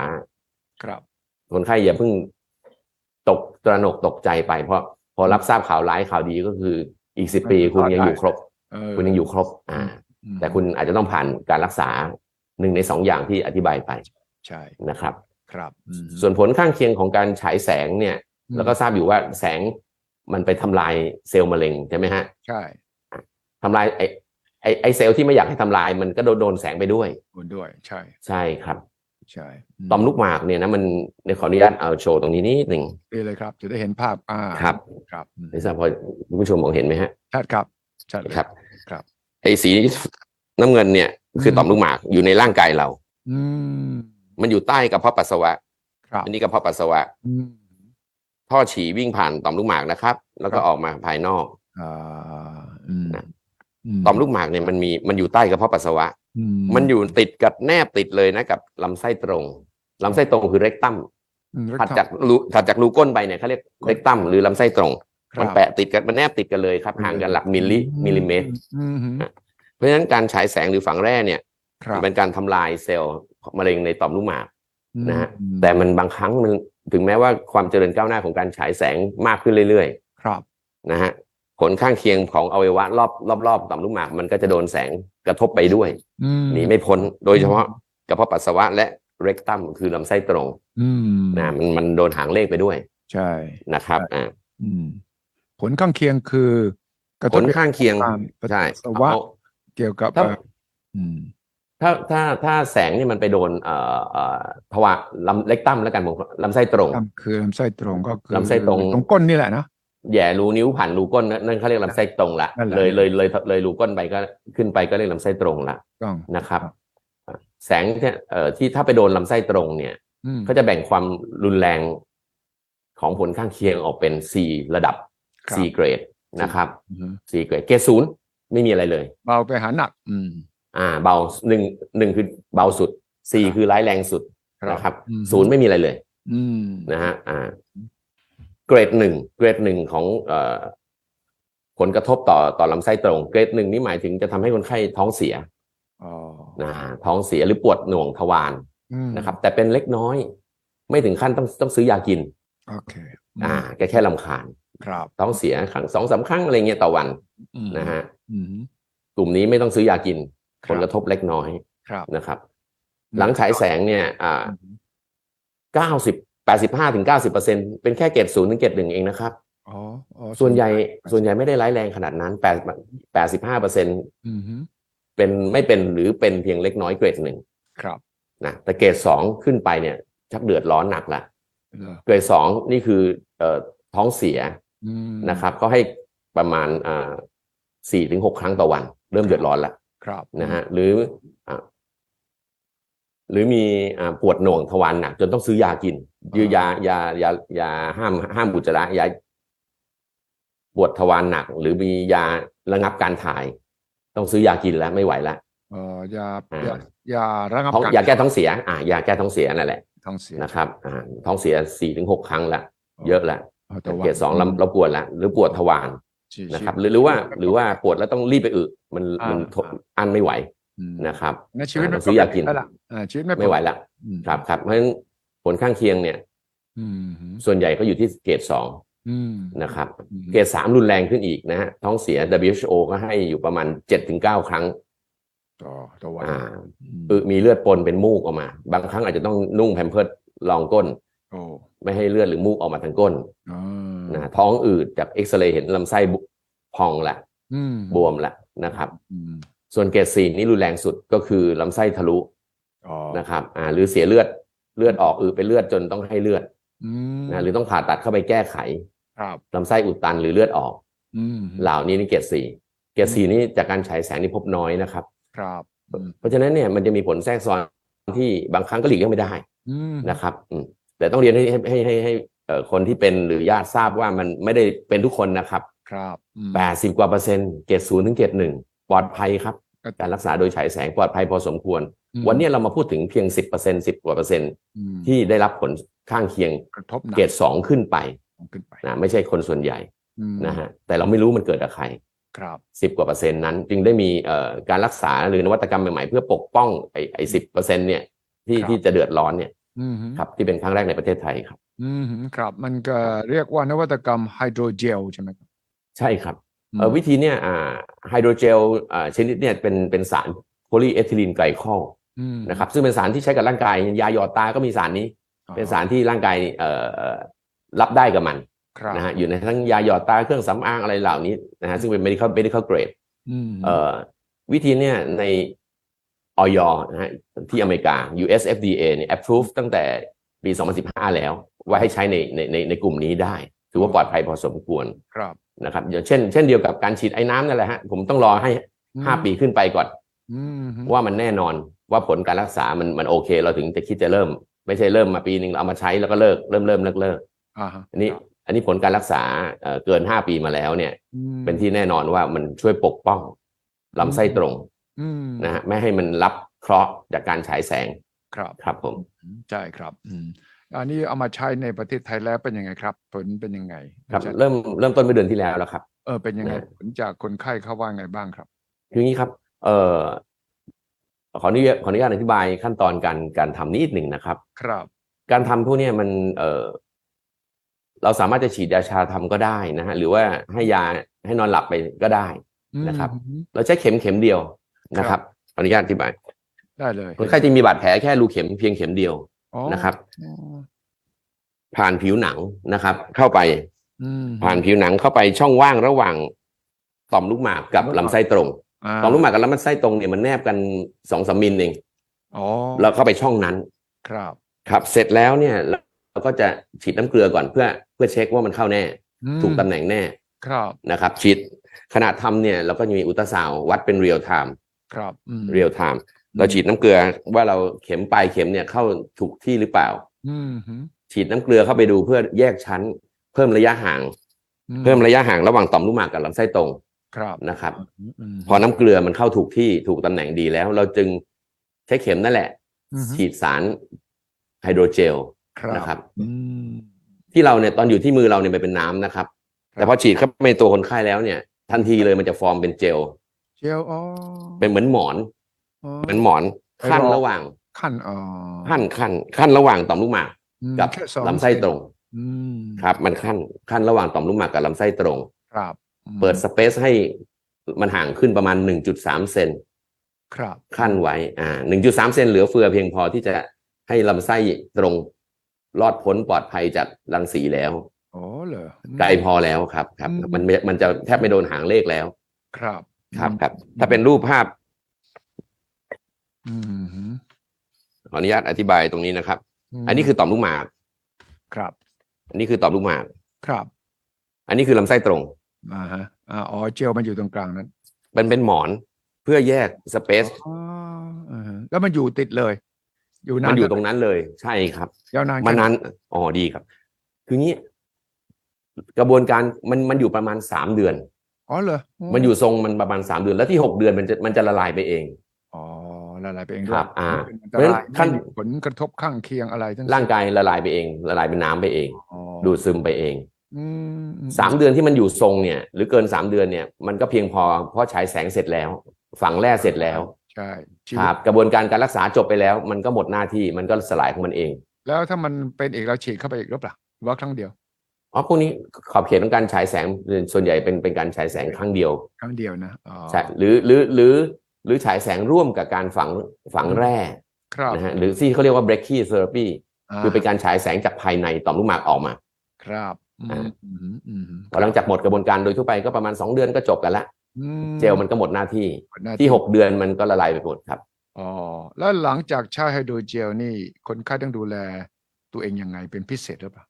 Speaker 1: ครับ
Speaker 2: คนไข้อย่าเพิ่งตกตระหนกตกใจไป เพราะพอรับทราบข่าวร้ายข่าวดีก็คืออีกสิบปีคุณยังอยู่ครบ
Speaker 1: เออ
Speaker 2: คุณยังอยู่ครบ อ่า
Speaker 1: อืม
Speaker 2: แต่คุณอาจจะต้องผ่านการรักษาหนึ่งในสองอย่างที่อธิบายไป
Speaker 1: ใช่
Speaker 2: นะครับ
Speaker 1: ครับอือหือ
Speaker 2: ส่วนผลข้างเคียงของการฉายแสงเนี่ย แล้วก็ทราบอยู่ว่าแสงมันไปทำลายเซลล์มะเร็งใช่ไหมฮะ
Speaker 1: ใช่
Speaker 2: ทำลายไอไอไอเซลล์ที่ไม่อยากให้ทำลายมันก็โดนโดนแสงไปด้วย
Speaker 1: คุณด้วย ใช่
Speaker 2: ใช่ครับ
Speaker 1: ใช่
Speaker 2: ต่อมลูกหมากเนี่ยนะมันในขออนุญาตเอาโชว์ตรงนี้นิดหนึ่ง
Speaker 1: ดีเลยครับ จะได้เห็นภาพอ่า
Speaker 2: ครับ
Speaker 1: ครับอืม
Speaker 2: ไม่ทราบพอคุณผู้ชมมองเห็นไหมฮะ
Speaker 1: ชัดครับชัดเลย
Speaker 2: ครับ
Speaker 1: ครับ
Speaker 2: ไอ้สีน้ำเงินเนี่ย คือ
Speaker 1: ม
Speaker 2: ต่อมลูกหมากอยู่ในร่างกายเรา
Speaker 1: อืม
Speaker 2: มันอยู่ใต้กระเพาะปัสสาวะ
Speaker 1: ครับ
Speaker 2: อันนี้กระเพาะปัสสาวะ
Speaker 1: อืม
Speaker 2: ท่อฉี่วิ่งผ่านต่อมลูกหมากนะครับ แล้ว
Speaker 1: ค
Speaker 2: ก็
Speaker 1: รับ
Speaker 2: ออกมาภายนอก
Speaker 1: อ่าอืม
Speaker 2: นะ ต่อมลูกหมากเนี่ยมันมีมันอยู่ใต้กระเพาะปัสสาวะ
Speaker 1: อื
Speaker 2: มันอยู่ติดกับแนบติดเลยนะกับลำไส้ตรงลำไส้ตรงคือเรกตัม
Speaker 1: อืม
Speaker 2: ถัดจากรูถัดจากรูก้นไปเนี่ยเขาเรียกเรกตัมหรือลำไส้ตรง
Speaker 1: ครั
Speaker 2: มัน
Speaker 1: บ
Speaker 2: แปะติดกันมันแนบติดกันเลยครับห่างกันหลักมิลลิมิลลิเมตร
Speaker 1: อืมอืม
Speaker 2: เพราะฉะนั้นการฉายแสงหรือฝังแร่เนี่ย
Speaker 1: ครับ
Speaker 2: เป็นการทำลายเซลล์มะเร็งในต่อมลูกหมาก นะฮะ
Speaker 1: อืม
Speaker 2: แต่มันบางครั้งมันถึงแม้ว่าความเจริญก้าวหน้าของการฉายแสงมากขึ้นเรื่อย
Speaker 1: ครับ
Speaker 2: ๆนะฮะผลข้างเคียงของอวัยวะรอบรอบรอบต่อมลูกหมาก มันก็จะโดนแสงกระทบไปด้วย
Speaker 1: อืม
Speaker 2: หนีไม่พ้นโดยเฉพาะกระเพาะปัสสาวะและเรกตัมคือลำไส้ตรง
Speaker 1: อืม
Speaker 2: นะมันมันโดนหางเลขไปด้วย
Speaker 1: ใช่
Speaker 2: นะครับอ่า
Speaker 1: อืมผลข้างเคียงคือกระท
Speaker 2: ผ
Speaker 1: บ
Speaker 2: ลข้างเคียง
Speaker 1: ตามปัส
Speaker 2: ใช่
Speaker 1: สาวะ
Speaker 2: เอา
Speaker 1: เกี่ยวกับ
Speaker 2: ถ้า
Speaker 1: เอ่ออืม
Speaker 2: ถ้าถ้าถ้าแสงนี่มันไปโดนเอ่อเอ่อภาวะลำเรกตัมแล้วกันผมลำไส้ตรง
Speaker 1: ลำคือลำไส้ตรงก็คือ
Speaker 2: ลำไส้ตรง
Speaker 1: ตรงก้นนี่แหละเนาะ
Speaker 2: แหย่รูนิ้วผ่านรูก้นนั่นเขาเรียกลำไส้ตรงละ
Speaker 1: นั่นแหละ
Speaker 2: เลยเลยเลยเลยรูก้นไปก็ขึ้นไปก็เรียกลำไส้ตรงละ
Speaker 1: ต้อง
Speaker 2: นะครับแสงเนี่ยเอ่อที่ถ้าไปโดนลำไส้ตรงเนี่ย
Speaker 1: อืม
Speaker 2: เขาจะแบ่งความรุนแรงของผลข้างเคียงออกเป็น C ระดับ
Speaker 1: ครับ
Speaker 2: C เกรดนะครับ
Speaker 1: อือฮึ
Speaker 2: C เกรดเกรดศูนย์ไม่มีอะไรเลย
Speaker 1: เบาไปหาหนัก อืม
Speaker 2: อ่า เบาหนึ่งหนึ่งคือเบาสุด C
Speaker 1: ครับ
Speaker 2: คือร้ายแรงสุดนะครับ
Speaker 1: อืม
Speaker 2: ศูนย์ไม่มีอะไรเลย
Speaker 1: อืม
Speaker 2: นะฮะ อ่า เกรดหนึ่ง เกรดหนึ่งของเอ่อผลกระทบต่อต่อลำไส้ตรง เกรดหนึ่งนี่หมายถึงจะทำให้คนไข้ท้องเสีย
Speaker 1: อ๋อ
Speaker 2: นะฮะท้องเสียหรือปวดหน่วงทวาร
Speaker 1: อืม
Speaker 2: นะครับ แต่เป็นเล็กน้อย ไม่ถึงขั้นต้องต้องซื้อยากิน
Speaker 1: โอเคม
Speaker 2: อ่าแค่แค่ลำคาญ
Speaker 1: ครับ
Speaker 2: ท้องเสียครั้งสองสามครั้งอะไรเงี้ยต่อวัน
Speaker 1: อืม
Speaker 2: นะฮะ
Speaker 1: อืม
Speaker 2: กลุ่มนี้ไม่ต้องซื้อยากิน
Speaker 1: ค
Speaker 2: ผล
Speaker 1: รับ
Speaker 2: กระทบเล็กน้อย
Speaker 1: ครับ
Speaker 2: นะครับ หลังฉายแสงเนี่ย อ่า
Speaker 1: อืม
Speaker 2: เก้าสิบแปดสิบห้าถึงเก้าสิบเปอร์เซ็นเป็นแค่เกรดศูนย์ถึงเกรดหนึ่งเองนะครับ
Speaker 1: อ๋ออ๋อ
Speaker 2: ส่วนใหญ่ส่วนใหญ่ไม่ได้ร้ายแรงขนาดนั้นแปดแปดสิบห้าเปอร์เซ็น
Speaker 1: อืมฮึ
Speaker 2: เป็นไม่เป็นหรือเป็นเพียงเล็กน้อยเกรดหนึ่ง
Speaker 1: ครับ
Speaker 2: นะแต่เกรดสองขึ้นไปเนี่ย ชักเดือดร้อนหนักละ
Speaker 1: เหรอ
Speaker 2: เกรดสองนี่คือเอ่อท้องเสีย
Speaker 1: อืม
Speaker 2: นะครับก็ให้ประมาณอ่าสี่ถึงหกครั้งต่อวัน เริ่มเดือดร้อนละ
Speaker 1: ครับ
Speaker 2: นะฮะหรืออ่าหรือมีอ่าปวดหน่วงทวารหนักจนต้องซื้อยากินยือยายายายาห้ามห้ามอุจจาระยา ปวดทวารหนัก หรือมียาระงับการถ่าย ต้องซื้อยากินแล้วไม่ไหวแล้ว
Speaker 1: เอ่อยา
Speaker 2: อ่า
Speaker 1: ยายาระงับ
Speaker 2: ท้อง
Speaker 1: การ
Speaker 2: ยาแก้ท้องเสีย อ่ายาแก้ท้องเสียนั่นแหละ
Speaker 1: ท้องเสีย
Speaker 2: นะครับอ่าท้องเสียสี่ถึงหกครั้งละเยอะละ
Speaker 1: อ๋อแต่ว่า
Speaker 2: เกรดสองเราเราปวดละหรือปวดทวาร
Speaker 1: ฉี่
Speaker 2: นะครับ ห
Speaker 1: ฉี่
Speaker 2: รือหรือว่าหรือว่าปวดแล้วต้องรีบไปอึมัน
Speaker 1: อ่ามั
Speaker 2: มันทนอั้นไม่ไหว
Speaker 1: อืม
Speaker 2: นะครับ
Speaker 1: งั้นชีวิตไม่
Speaker 2: ซื้อยากิน
Speaker 1: แล้วล่ะอ่าชีวิตไม่
Speaker 2: ไม่ไหวละ
Speaker 1: อืม
Speaker 2: ครับครับเพราะฉะนั้นผลข้างเคียงเนี่ย
Speaker 1: อืมฮึ
Speaker 2: ส่วนใหญ่ก็อยู่ที่เกรดสอง
Speaker 1: อืม
Speaker 2: นะครับ
Speaker 1: อืม
Speaker 2: เกรดสามรุนแรงขึ้นอีกนะฮะท้องเสีย WHO ก็ให้อยู่ประมาณเจ็ดถึงเก้าครั้ง
Speaker 1: ต่อต่อวัน
Speaker 2: อ่า
Speaker 1: ม
Speaker 2: อึมีเลือดปนเป็นมูกออกมา บางครั้งอาจจะต้องนุ่งแผมเพิร์ดรองก้น
Speaker 1: โอ้
Speaker 2: ไม่ให้เลือดหรือมูกออกมาทางก้น
Speaker 1: อ่า
Speaker 2: นะท้องอืดจากเอ็กซเรย์เห็นลำไส้บุพองละ
Speaker 1: อืม
Speaker 2: บวมละนะครับ
Speaker 1: อืม
Speaker 2: ส่วนเกรดสี่นี่รุนแรงสุดก็คือลำไส้ทะลุ
Speaker 1: อ๋อ
Speaker 2: นะครับอ่าหรือเสียเลือดเลือดออกอือเป็นเลือดจนต้องให้เลือด
Speaker 1: อืม
Speaker 2: นะหรือต้องผ่าตัดเข้าไปแก้ไข
Speaker 1: ครับ
Speaker 2: ลำไส้อุดตันหรือเลือดออก
Speaker 1: อืม
Speaker 2: เหล่านี้นี่เกรดสี่เกรดสี่นี่จากการฉายแสงนี่พบน้อยนะครับ
Speaker 1: ครับอืม
Speaker 2: เพราะฉะนั้นเนี่ยมันจะมีผลแทรกซ้อนที่บางครั้งก็หลีกเลี่ยงไม่ได้
Speaker 1: อืม
Speaker 2: นะครับอืมแต่ต้องเรียนให้ให้ให้ให้ให้เอ่อคนที่เป็นหรือญาติทราบว่ามันไม่ได้เป็นทุกคนนะครับ
Speaker 1: ครับอืม
Speaker 2: แปดสิบกว่าเปอร์เซ็นต์เกรดศูนย์ถึงเกรดหนึ่งปลอดภัยครับ การรักษาโดยฉายแสงปลอดภัยพอสมควร
Speaker 1: อืม
Speaker 2: วันนี้เรามาพูดถึงเพียงสิบเปอร์เซ็นสิบกว่าเปอร์เซ็นต์
Speaker 1: อืม
Speaker 2: ที่ได้รับผลข้างเคียง
Speaker 1: กระทบหนั
Speaker 2: เกรดสองขึ้นไป
Speaker 1: ขึ้นไป
Speaker 2: นะไม่ใช่คนส่วนใหญ่
Speaker 1: อืม
Speaker 2: นะฮะแต่เราไม่รู้มันเกิดจากใคร
Speaker 1: ครับ
Speaker 2: สิบกว่าเปอร์เซ็นต์นั้น จึงได้มีเอ่อการรักษาหรือนวัตกรรมใหม่ๆ เพื่อปกป้องไอ้ไอ้สิบเปอร์เซ็นต์เนี่ยที่ที่จะเดือดร้อนเนี่ย
Speaker 1: อืมฮึ
Speaker 2: ครับที่เป็นครั้งแรกในประเทศไทยครับ
Speaker 1: อืมฮึครับมันก็เรียกว่านวัตกรรมไฮโดรเจลใช่ไหมครับ
Speaker 2: ใช่ครับ
Speaker 1: อืม
Speaker 2: เอ่อวิธีเนี่ยอ่าไฮโดรเจลอ่าชนิดเนี่ยเป็นเป็นสารโพลีเอทิลีนไกลคอล
Speaker 1: อืม
Speaker 2: นะครับซึ่งเป็นสารที่ใช้กับร่างกายยาหยอดตาก็มีสารนี้
Speaker 1: อ๋อ
Speaker 2: เป็นสารที่ร่างกายเอ่อเอ่อรับได้กับมัน
Speaker 1: ครับ
Speaker 2: นะฮะอยู่ในทั้งยาหยอดตาเครื่องสำอางอะไรเหล่านี้นะฮะซึ่งเป็น medical medical grade
Speaker 1: อืม
Speaker 2: เอ่อวิธีเนี่ยในออยนะฮะที่อเมริกา US FDA เนี่ย approve ตั้งแต่ปี 2015 แล้ว ว่าให้ใช้ในในในในกลุ่มนี้ได้ ถือว่าปลอดภัยพอสมควร
Speaker 1: ครับ
Speaker 2: นะครับอย่างเช่นเช่นเดียวกับการฉีดไอ้น้ำนั่นแหละฮะผมต้องรอให้
Speaker 1: อืม
Speaker 2: 5 ปีขึ้นไปก่อน
Speaker 1: อืมฮึ
Speaker 2: ว่ามันแน่นอนว่าผลการรักษามันมันโอเค เราถึงจะคิดจะเริ่ม ไม่ใช่เริ่มมาปีหนึ่งแล้วเอามาใช้แล้วก็เลิกเริ่มเริ่มเลิกเลิก
Speaker 1: อ่าฮะ
Speaker 2: อันนี้
Speaker 1: ครับ
Speaker 2: อันนี้ผลการรักษาเอ่อเกิน 5 ปีมาแล้วเนี่ย
Speaker 1: อืม
Speaker 2: เป็นที่แน่นอนว่ามันช่วยปกป้องลำไส้ตรง
Speaker 1: อืม
Speaker 2: นะฮะไม่ให้มันรับเคราะห์จากการฉายแสง
Speaker 1: ครับ
Speaker 2: ครับผม
Speaker 1: อืมใช่ครับอืมอันนี้เอามาใช้ในประเทศไทยแล้วเป็นยังไงครับ ผลเป็นยังไง
Speaker 2: ครับ
Speaker 1: อาจารย์
Speaker 2: เริ่มเริ่มต้นเมื่อเดือนที่แล้วแล้วครับ
Speaker 1: เออเป็นยังไง
Speaker 2: นะ
Speaker 1: ผลจากคนไข้เขาว่าไงบ้างครับ
Speaker 2: คืออย่างนี้ครับเอ่อขออนุญาตขออนุญาตอธิบายขั้นตอนการการทำนิดหนึ่งนะครับ
Speaker 1: ครับ
Speaker 2: การทำพวกเนี้ยมันเอ่อเราสามารถจะฉีดยาชาทำก็ได้นะฮะหรือว่าให้ยาให้นอนหลับไปก็ได้ นะครับ
Speaker 1: อืม
Speaker 2: เราใช้เข็มเข็มเดียวนะค
Speaker 1: ครั
Speaker 2: รับ บขออนุญาตอธิบาย
Speaker 1: ได้เลย
Speaker 2: คนไข้จะมีบาดแผลแค่รูเข็มเพียงเข็มเดียว
Speaker 1: อ๋อ
Speaker 2: นะครับ
Speaker 1: อ๋อ
Speaker 2: ผ่านผิวหนังนะครับ เข้าไป
Speaker 1: อืม
Speaker 2: ผ่านผิวหนังเข้าไปช่องว่างระหว่างต่อมลูกหมากกับลำไส้ตรง
Speaker 1: า
Speaker 2: ต่อมลูกหมากกับลำไส้ตรงเนี่ยมันแนบกันสองสามมิลเอง
Speaker 1: อ๋อ
Speaker 2: เราเข้าไปช่องนั้น
Speaker 1: ครับ
Speaker 2: ครับ เสร็จแล้วเนี่ยเราก็จะฉีดน้ำเกลือก่อนเพื่อเพื่อเช็คว่ามันเข้าแน่
Speaker 1: อืม
Speaker 2: ถูกตำแหน่งแน่
Speaker 1: ครับ
Speaker 2: นะครับฉีดขณะทำเนี่ยเราก็จะมีอุลตราซาวด์วัดเป็นเรียลไทม์
Speaker 1: ครับอืม
Speaker 2: เรียลไทม์เราฉีดน้ำเกลือว่าเราเข็มปลายเข็มเนี่ยเข้าถูกที่หรือเปล่า
Speaker 1: อืมฮึ
Speaker 2: ฉีดน้ำเกลือเข้าไปดูเพื่อแยกชั้น เพิ่มระยะห่าง
Speaker 1: อื
Speaker 2: เพิ่มระยะห่างระหว่างต่อมลูกหมากกับลำไส้ตรง
Speaker 1: ครับ
Speaker 2: นะครับ
Speaker 1: อืม
Speaker 2: พอน้ำเกลือมันเข้าถูกที่ถูกตำแหน่งดีแล้ว เราจึงใช้เข็มนั่นแหละ
Speaker 1: มฮึ
Speaker 2: ฉีดสารไฮโดรเจลนะครับ
Speaker 1: อืม
Speaker 2: ที่เราเนี่ยตอนอยู่ที่มือเราเนี่ยมันเป็นน้ำนะครับ แต่พอฉีดเข้าไปในตัวคนไข้แล้วเนี่ย ทันทีเลยมันจะฟอร์มเป็นเจล
Speaker 1: เจลอ๋อ
Speaker 2: เป็นเหมือนหมอน
Speaker 1: อ๋อ
Speaker 2: เป็นหมอน
Speaker 1: ไอ้รอ
Speaker 2: ขั้นระหว่าง
Speaker 1: ขั้นอ๋อ
Speaker 2: ขั้นขั้นขั้นระหว่างต่อมลูกหมาก
Speaker 1: อืม
Speaker 2: กับ
Speaker 1: แค่สอง
Speaker 2: ลำไส้ตรง
Speaker 1: อืม
Speaker 2: ครับ มันขั้นขั้นระหว่างต่อมลูกหมากกับลำไส้ตรง
Speaker 1: ครับอืม
Speaker 2: เปิดสเปซให้มันห่างขึ้นประมาณ 1.3เซน
Speaker 1: ครับ
Speaker 2: ขั้นไว้ อ่า 1.3 เซนเหลือเฟือเพียงพอที่จะให้ลำไส้ตรงรอดพ้นปลอดภัยจากรังสีแล้ว
Speaker 1: อ๋อเหรออืม
Speaker 2: ไกลพอแล้วครับ ครับ
Speaker 1: อืม
Speaker 2: มันไม่มันจะแทบไม่โดนหางเลขแล้ว
Speaker 1: ครับ
Speaker 2: ครับ
Speaker 1: อืม
Speaker 2: ครับ ถ้าเป็นรูปภาพ
Speaker 1: อืมฮึ
Speaker 2: ขออนุญาตอธิบายตรงนี้นะครับ
Speaker 1: ม
Speaker 2: อันนี้คือต่อมลูกหมาก
Speaker 1: ครับ
Speaker 2: อันนี้คือต่อมลูกหมาก
Speaker 1: ครับ
Speaker 2: อันนี้คือลำไส้ตรง
Speaker 1: อ่าฮะอ่าอ๋อเจลมันอยู่ตรงกลางนั้น
Speaker 2: มันเป็นหมอนเพื่อแยกสเปซ
Speaker 1: อ๋ออ่าฮะแล้วมันอยู่ติดเลย อยู่นา
Speaker 2: มันนอยู่ต
Speaker 1: เท่า
Speaker 2: รงนั้นเลย ใช่ครับ
Speaker 1: ยาวนาน
Speaker 2: มา
Speaker 1: แค่ไห
Speaker 2: นานอ๋อ ดีครับ คืองี้ กระบวนการมันมันอยู่ประมาณสามเดือน
Speaker 1: อ๋อเหรอ
Speaker 2: มันอยู่ทรงมันประมาณสามเดือน แล้วที่หกเดือนมันจะมันจะละลายไปเอง
Speaker 1: อ๋อละลายไปเองด้
Speaker 2: ค
Speaker 1: วย
Speaker 2: รับอ่า
Speaker 1: เป็นอัน
Speaker 2: เพราะฉะ
Speaker 1: ต
Speaker 2: นั้น
Speaker 1: ราย
Speaker 2: ขั้น
Speaker 1: ไม่มีผลกระทบข้างเคียงอะไรทั้งสิ้น
Speaker 2: ร่างกายละลายไปเอง ละลายเป็นน้ำไปเอง
Speaker 1: อ๋อ
Speaker 2: ดูดซึมไปเอง
Speaker 1: อืมอื
Speaker 2: สามเดือนที่มันอยู่ทรงเนี่ย หรือเกินสามเดือนเนี่ยมันก็เพียงพอเพราะฉายแสงเสร็จแล้ว ฝังแร่เสร็จแล้ว
Speaker 1: ใช่ชี
Speaker 2: ค
Speaker 1: วิ
Speaker 2: รั
Speaker 1: ต
Speaker 2: บ กระบวนการการรักษาจบไปแล้ว มันก็หมดหน้าที่มันก็สลายของมันเอง
Speaker 1: แล้วถ้ามันเป็นอีกเราฉีดเข้าไปอีกหรือเปล่าหรือว่าครั้งเดียว
Speaker 2: อ๋อพวกนี้ขอบเขตของการฉายแสงส่วนใหญ่เป็นเป็นการฉายแสงครั้งเดียว
Speaker 1: ครั้งเดียวนะอ๋อ
Speaker 2: ใช่หรือหรือหรือหรือฉายแสงร่วมกับการฝังฝังแร่
Speaker 1: ครับ
Speaker 2: นะฮะหรือที่เขาเรียกว่า brachytherapy
Speaker 1: า
Speaker 2: คือเป็นการฉายแสงจากภายในต่อมลูกหมากออกมา
Speaker 1: ครับอืม
Speaker 2: อ่า
Speaker 1: อืมอืม
Speaker 2: พอหลังจากหมดกระบวนการโดยทั่วไปก็ประมาณ 2 เดือนก็จบกันละ
Speaker 1: อื
Speaker 2: เจลมันก็หมดหน้าที่
Speaker 1: หมดหน้า
Speaker 2: ที่ 6 เดือนมันก็ละลายไปหมดครับ
Speaker 1: อ๋อแล้วหลังจากใช้ไฮโดรเจลนี่คนไข้ต้องดูแลตัวเองยังไงเป็นพิเศษหรือเปล่า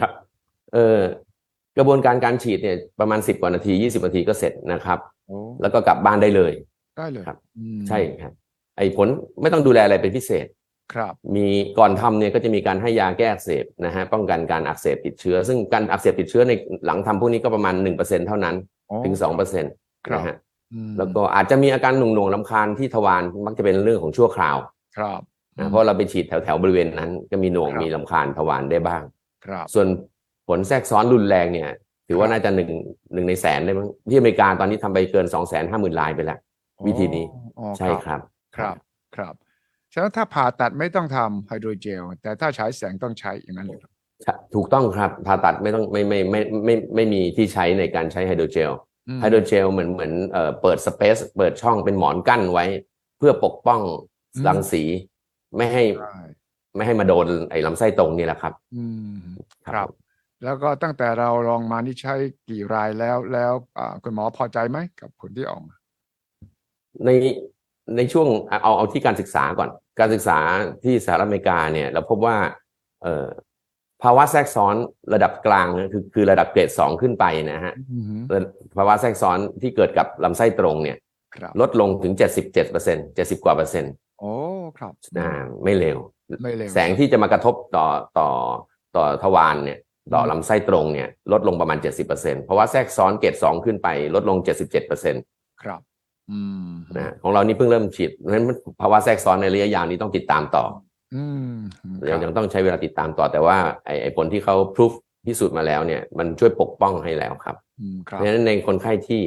Speaker 2: ครับเออกระบวนการการฉีดเนี่ยประมาณสิบกว่านาทียี่สิบนาทีก็เสร็จนะครับ
Speaker 1: โอ้
Speaker 2: แล้วก็กลับบ้านได้เลย
Speaker 1: ได้เลย
Speaker 2: ครับ
Speaker 1: อืม
Speaker 2: ใช่ครับไอ้ผลไม่ต้องดูแลอะไรเป็นพิเศษ
Speaker 1: ครับ
Speaker 2: มีก่อนทำเนี่ยก็จะมีการให้ยาแก้อักเสบนะฮะป้องกันการอักเสบติดเชื้อ ซึ่งการอักเสบติดเชื้อในหลังทำพวกนี้ก็ประมาณ 1%เท่านั้น
Speaker 1: อ๋อ
Speaker 2: ถึง 2%น
Speaker 1: ครับ
Speaker 2: ะฮะ
Speaker 1: อืม
Speaker 2: แล้วก็อาจจะมีอาการหน่วงๆลำคาญที่ทวารมักจะเป็นเรื่องของชั่วคราว
Speaker 1: ครับ
Speaker 2: นะเพ
Speaker 1: อืม
Speaker 2: ราะเราไปฉีดแถวๆบริเวณนั้นก็มีหน่วง
Speaker 1: ครับ
Speaker 2: มีลำคาญทวารได้บ้าง
Speaker 1: ครับ
Speaker 2: ส่วนผลแทรกซ้อนรุนแรงเนี่ย ถือ
Speaker 1: ค
Speaker 2: ว่า
Speaker 1: รับ
Speaker 2: น่าจะหนึ่งหนึ่งในแสนได้มั้งที่อเมริกาตอนนี้ทำไปเกินสองแสนห้าหมื่นลายไปแล้ว วิธีนี้
Speaker 1: อ๋อ
Speaker 2: ใช่
Speaker 1: ครับ
Speaker 2: ค
Speaker 1: ค
Speaker 2: รับ
Speaker 1: รับ ครับ ฉะนั้นถ้าผ่าตัดไม่ต้องทำไฮโดรเจล แต่ถ้าฉายแสงต้องใช้อย่างนั้นเลยครับ
Speaker 2: ใช่ถูกต้องครับผ่าตัดไม่ต้องไม่ไม่ไม่ไมไม่ไม่ไม่มีที่ใช้ในการใช้ไฮโดรเจล
Speaker 1: อืม
Speaker 2: ไฮโดรเจลเหมือนเหมือนเอ่อเปิดสเปซเปิดช่องเป็นหมอนกั้นไว้ เพื่อปกป้องรังสี ไม่ให้
Speaker 1: ใช่
Speaker 2: ไม่ให้มาโดนไอ้ลำไส้ตรงนี่แหละครับ
Speaker 1: อืม ครับ แล้วก็ตั้งแต่เราลองมานี่ใช้กี่รายแล้ว แล้วอ่าคุณหมอพอใจไหมกับผลที่ออกมา
Speaker 2: ในในช่วงเอาเอาเอาที่การศึกษาก่อน การศึกษาที่สหรัฐอเมริกาเนี่ยเราพบว่าเอ่อภาวะแทรกซ้อนระดับกลางนะคือคือระดับเกรดสองขึ้นไปนะฮะ
Speaker 1: อืม
Speaker 2: ระภาวะแทรกซ้อนที่เกิดกับลำไส้ตรงเนี่ย
Speaker 1: ครับ
Speaker 2: ลดลงถึง 77เปอร์เซ็นต์70 กว่าเปอร์เซ็นต์
Speaker 1: โอ้ครับ
Speaker 2: อ่าไม่เร็ว
Speaker 1: ไม่เร็ว
Speaker 2: แสงที่จะมากระทบต่อต่อต่อทวารเนี่ยต่อลำไส้ตรงเนี่ยลดลงประมาณ 70เปอร์เซ็นต์เพราะว่าแทรกซ้อนเกรด2ขึ้นไปลดลง 77เปอร์เซ็นต์
Speaker 1: ครับ อืม
Speaker 2: นะฮะของเรานี่เพิ่งเริ่มฉีดเพราะฉะนั้นภาวะแทรกซ้อนในระยะยาวนี้ต้องติดตามต่อ
Speaker 1: อืมค
Speaker 2: ยั
Speaker 1: รั
Speaker 2: ง
Speaker 1: บ
Speaker 2: ยังต้องใช้เวลาติดตามต่อแต่ว่าไอ้ไอ้ผลที่เขาพิสูจพิสูจน์มาแล้วเนี่ยมันช่วยปกป้องให้แล้วครับ
Speaker 1: อืมค
Speaker 2: เพ
Speaker 1: รับ
Speaker 2: ราะฉะนั้นในคนไข้ที่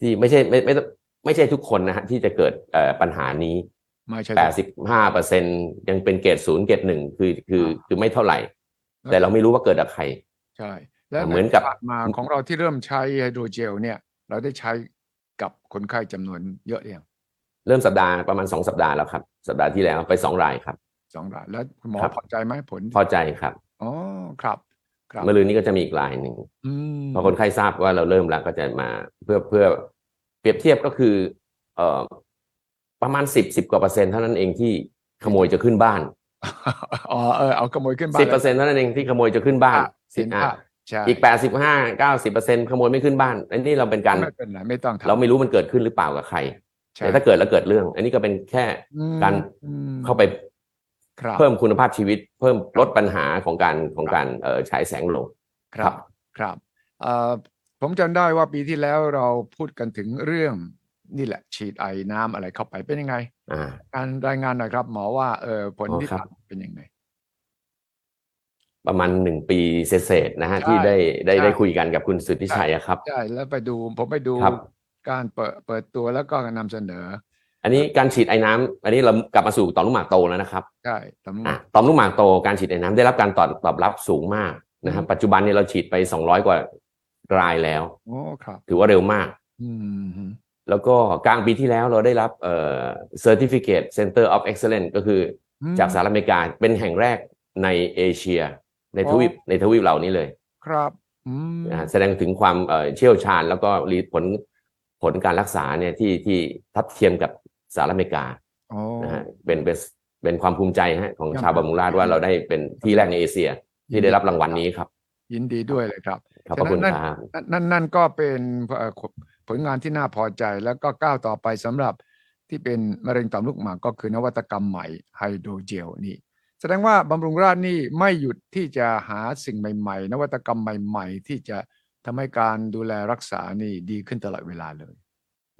Speaker 2: ที่ไม่ใช่ไม่ไม่ต้องไม่ใช่ทุกคนนะฮะที่จะเกิดเอ่อปัญหานี้
Speaker 1: ไม่ใช่
Speaker 2: แปดสิบห้าเปอร์เซ็นยังเป็นเกรดศูนย์เกรดหนึ่งคือคือคือไม่เท่าไหร่ แต่เราไม่รู้ว่าเกิดจากใคร
Speaker 1: ใช่ และ
Speaker 2: เหมือนกับ
Speaker 1: ที่ผ่ามาของเราที่เริ่มใช้ไฮโดรเจลเนี่ย เราได้ใช้กับคนไข้จำนวนเยอะหรือยัง
Speaker 2: เริ่มสัปดาห์ประมาณสองสัปดาห์แล้วครับ สัปดาห์ที่แล้วไปสองรายครับ
Speaker 1: สองรายแล้วคุณหมอ
Speaker 2: ครับ
Speaker 1: พอใจไหมผล
Speaker 2: พอใจครับ
Speaker 1: อ๋อครับ ครับ
Speaker 2: เมื่อรืนนี้ก็จะมีอีกรายหนึ่ง
Speaker 1: อืม
Speaker 2: พอคนไข้ทราบว่าเราเริ่มแล้วก็จะมาเพื่อเพื่อเปรียบเทียบก็คือเอ่อประมาณสิบสิบกว่าเปอร์เซ็นต์เท่านั้นเองที่ขโมยจะขึ้นบ้าน
Speaker 1: อ๋อเออเอาขโมยขึ้นบ้าน
Speaker 2: สิบเปอร์เซ็นต์เท่านั้นเองที่ขโมยจะขึ้นบ้าน
Speaker 1: สิน
Speaker 2: อ่ะ
Speaker 1: ภาพใช่
Speaker 2: อีกแปดสิบห้าเก้าสิบเปอร์เซ็นต์ขโมยไม่ขึ้นบ้านอันนี้เราเป็นการ
Speaker 1: ไม่เป็นไรไม่ต้องทำ
Speaker 2: เราไม่รู้มันเกิดขึ้นหรือเปล่ากับใคร
Speaker 1: ใช่
Speaker 2: แต่ถ้าเกิดแล้วเกิดเรื่อง อันนี้ก็เป็นแค่
Speaker 1: อืม
Speaker 2: การ
Speaker 1: อืม
Speaker 2: เข้าไป
Speaker 1: ครับ
Speaker 2: เพิ่มคุณภาพชีวิต เพิ่มลดปัญหาของการของการเอ่อฉายแสงลง
Speaker 1: ครั
Speaker 2: ครับ บ
Speaker 1: ครับเอ่อผมจำได้ว่าปีที่แล้วเราพูดกันถึงเรื่องนี่แหละ ฉีดไอน้ำอะไรเข้าไปเป็นยังไง
Speaker 2: อ่า
Speaker 1: การรายงานหน่อยครับ หมอว่าเออผล
Speaker 2: อ๋อ
Speaker 1: ที่
Speaker 2: ครับ
Speaker 1: ผ่านเป็นยังไง
Speaker 2: ประมาณหนึ่งปีเศษๆนะฮะ
Speaker 1: ใช่
Speaker 2: ที่ได้ได้
Speaker 1: ใช่
Speaker 2: ได้คุยกันกับคุณสุทธิชัยอะครับ
Speaker 1: ใช่แล้วไปดูผมไปดู
Speaker 2: ครับ
Speaker 1: การเปิดเปิดตัวแล้วก็นำเสนอ
Speaker 2: อันนี้การฉีดไอ้น้ำอันนี้เรากลับมาสู่ต่อมลูกหมากโตแล้วนะครับ
Speaker 1: ใช่ตำรว
Speaker 2: อ่ะ
Speaker 1: จ
Speaker 2: ต่อมลูกหมากโตการฉีดไอ้น้ำได้รับการตอบตอบรับสูงมากนะ
Speaker 1: อื
Speaker 2: ฮะ
Speaker 1: ม
Speaker 2: ปัจจุบันเนี่ยเราฉีดไป 200 กว่ารายแล้ว
Speaker 1: โอ้ครับ
Speaker 2: ถือว่าเร็วมาก
Speaker 1: อืม
Speaker 2: แล้วก็กลางปีที่แล้วเราได้รับเอ่อ certificate center of excellence ก็คือ จากสหรัฐอเมริกาเป็นแห่งแรกในเอเชีย ในทวีปในทวีปเหล่านี้เลย
Speaker 1: ครับอืม
Speaker 2: นะฮะแสดงถึงความเอ่อเชี่ยวชาญแล้วก็รีผลผลการรักษาเนี่ยที่ที่ทัดเทียมกับสหรัฐอเมริกา
Speaker 1: โอ้
Speaker 2: นะฮะเป็นเป็นเป็นความภูมิใจฮะของ
Speaker 1: ครับ
Speaker 2: ชาวบัมมูราชว่าเราได้เป็นที่แรกในเอเชีย ที่ได้รับรางวัลนี้ครับ
Speaker 1: ยินดีด้วยเลยครับ
Speaker 2: ขอบพระคุณครับ
Speaker 1: นั่นนั่นนั่นก็เป็นเอ่อผลงานที่น่าพอใจแล้วก็ก้าวต่อไปสำหรับที่เป็นมะเร็งต่อมลูกหมากก็คือนวัตกรรมใหม่ไฮโดรเจลนี่ แสดงว่าบำรุงราชนี่ไม่หยุดที่จะหาสิ่งใหม่ ๆ นวัตกรรมใหม่ ๆ ที่จะทำให้การดูแลรักษานี่ดีขึ้นตลอดเวลาเลย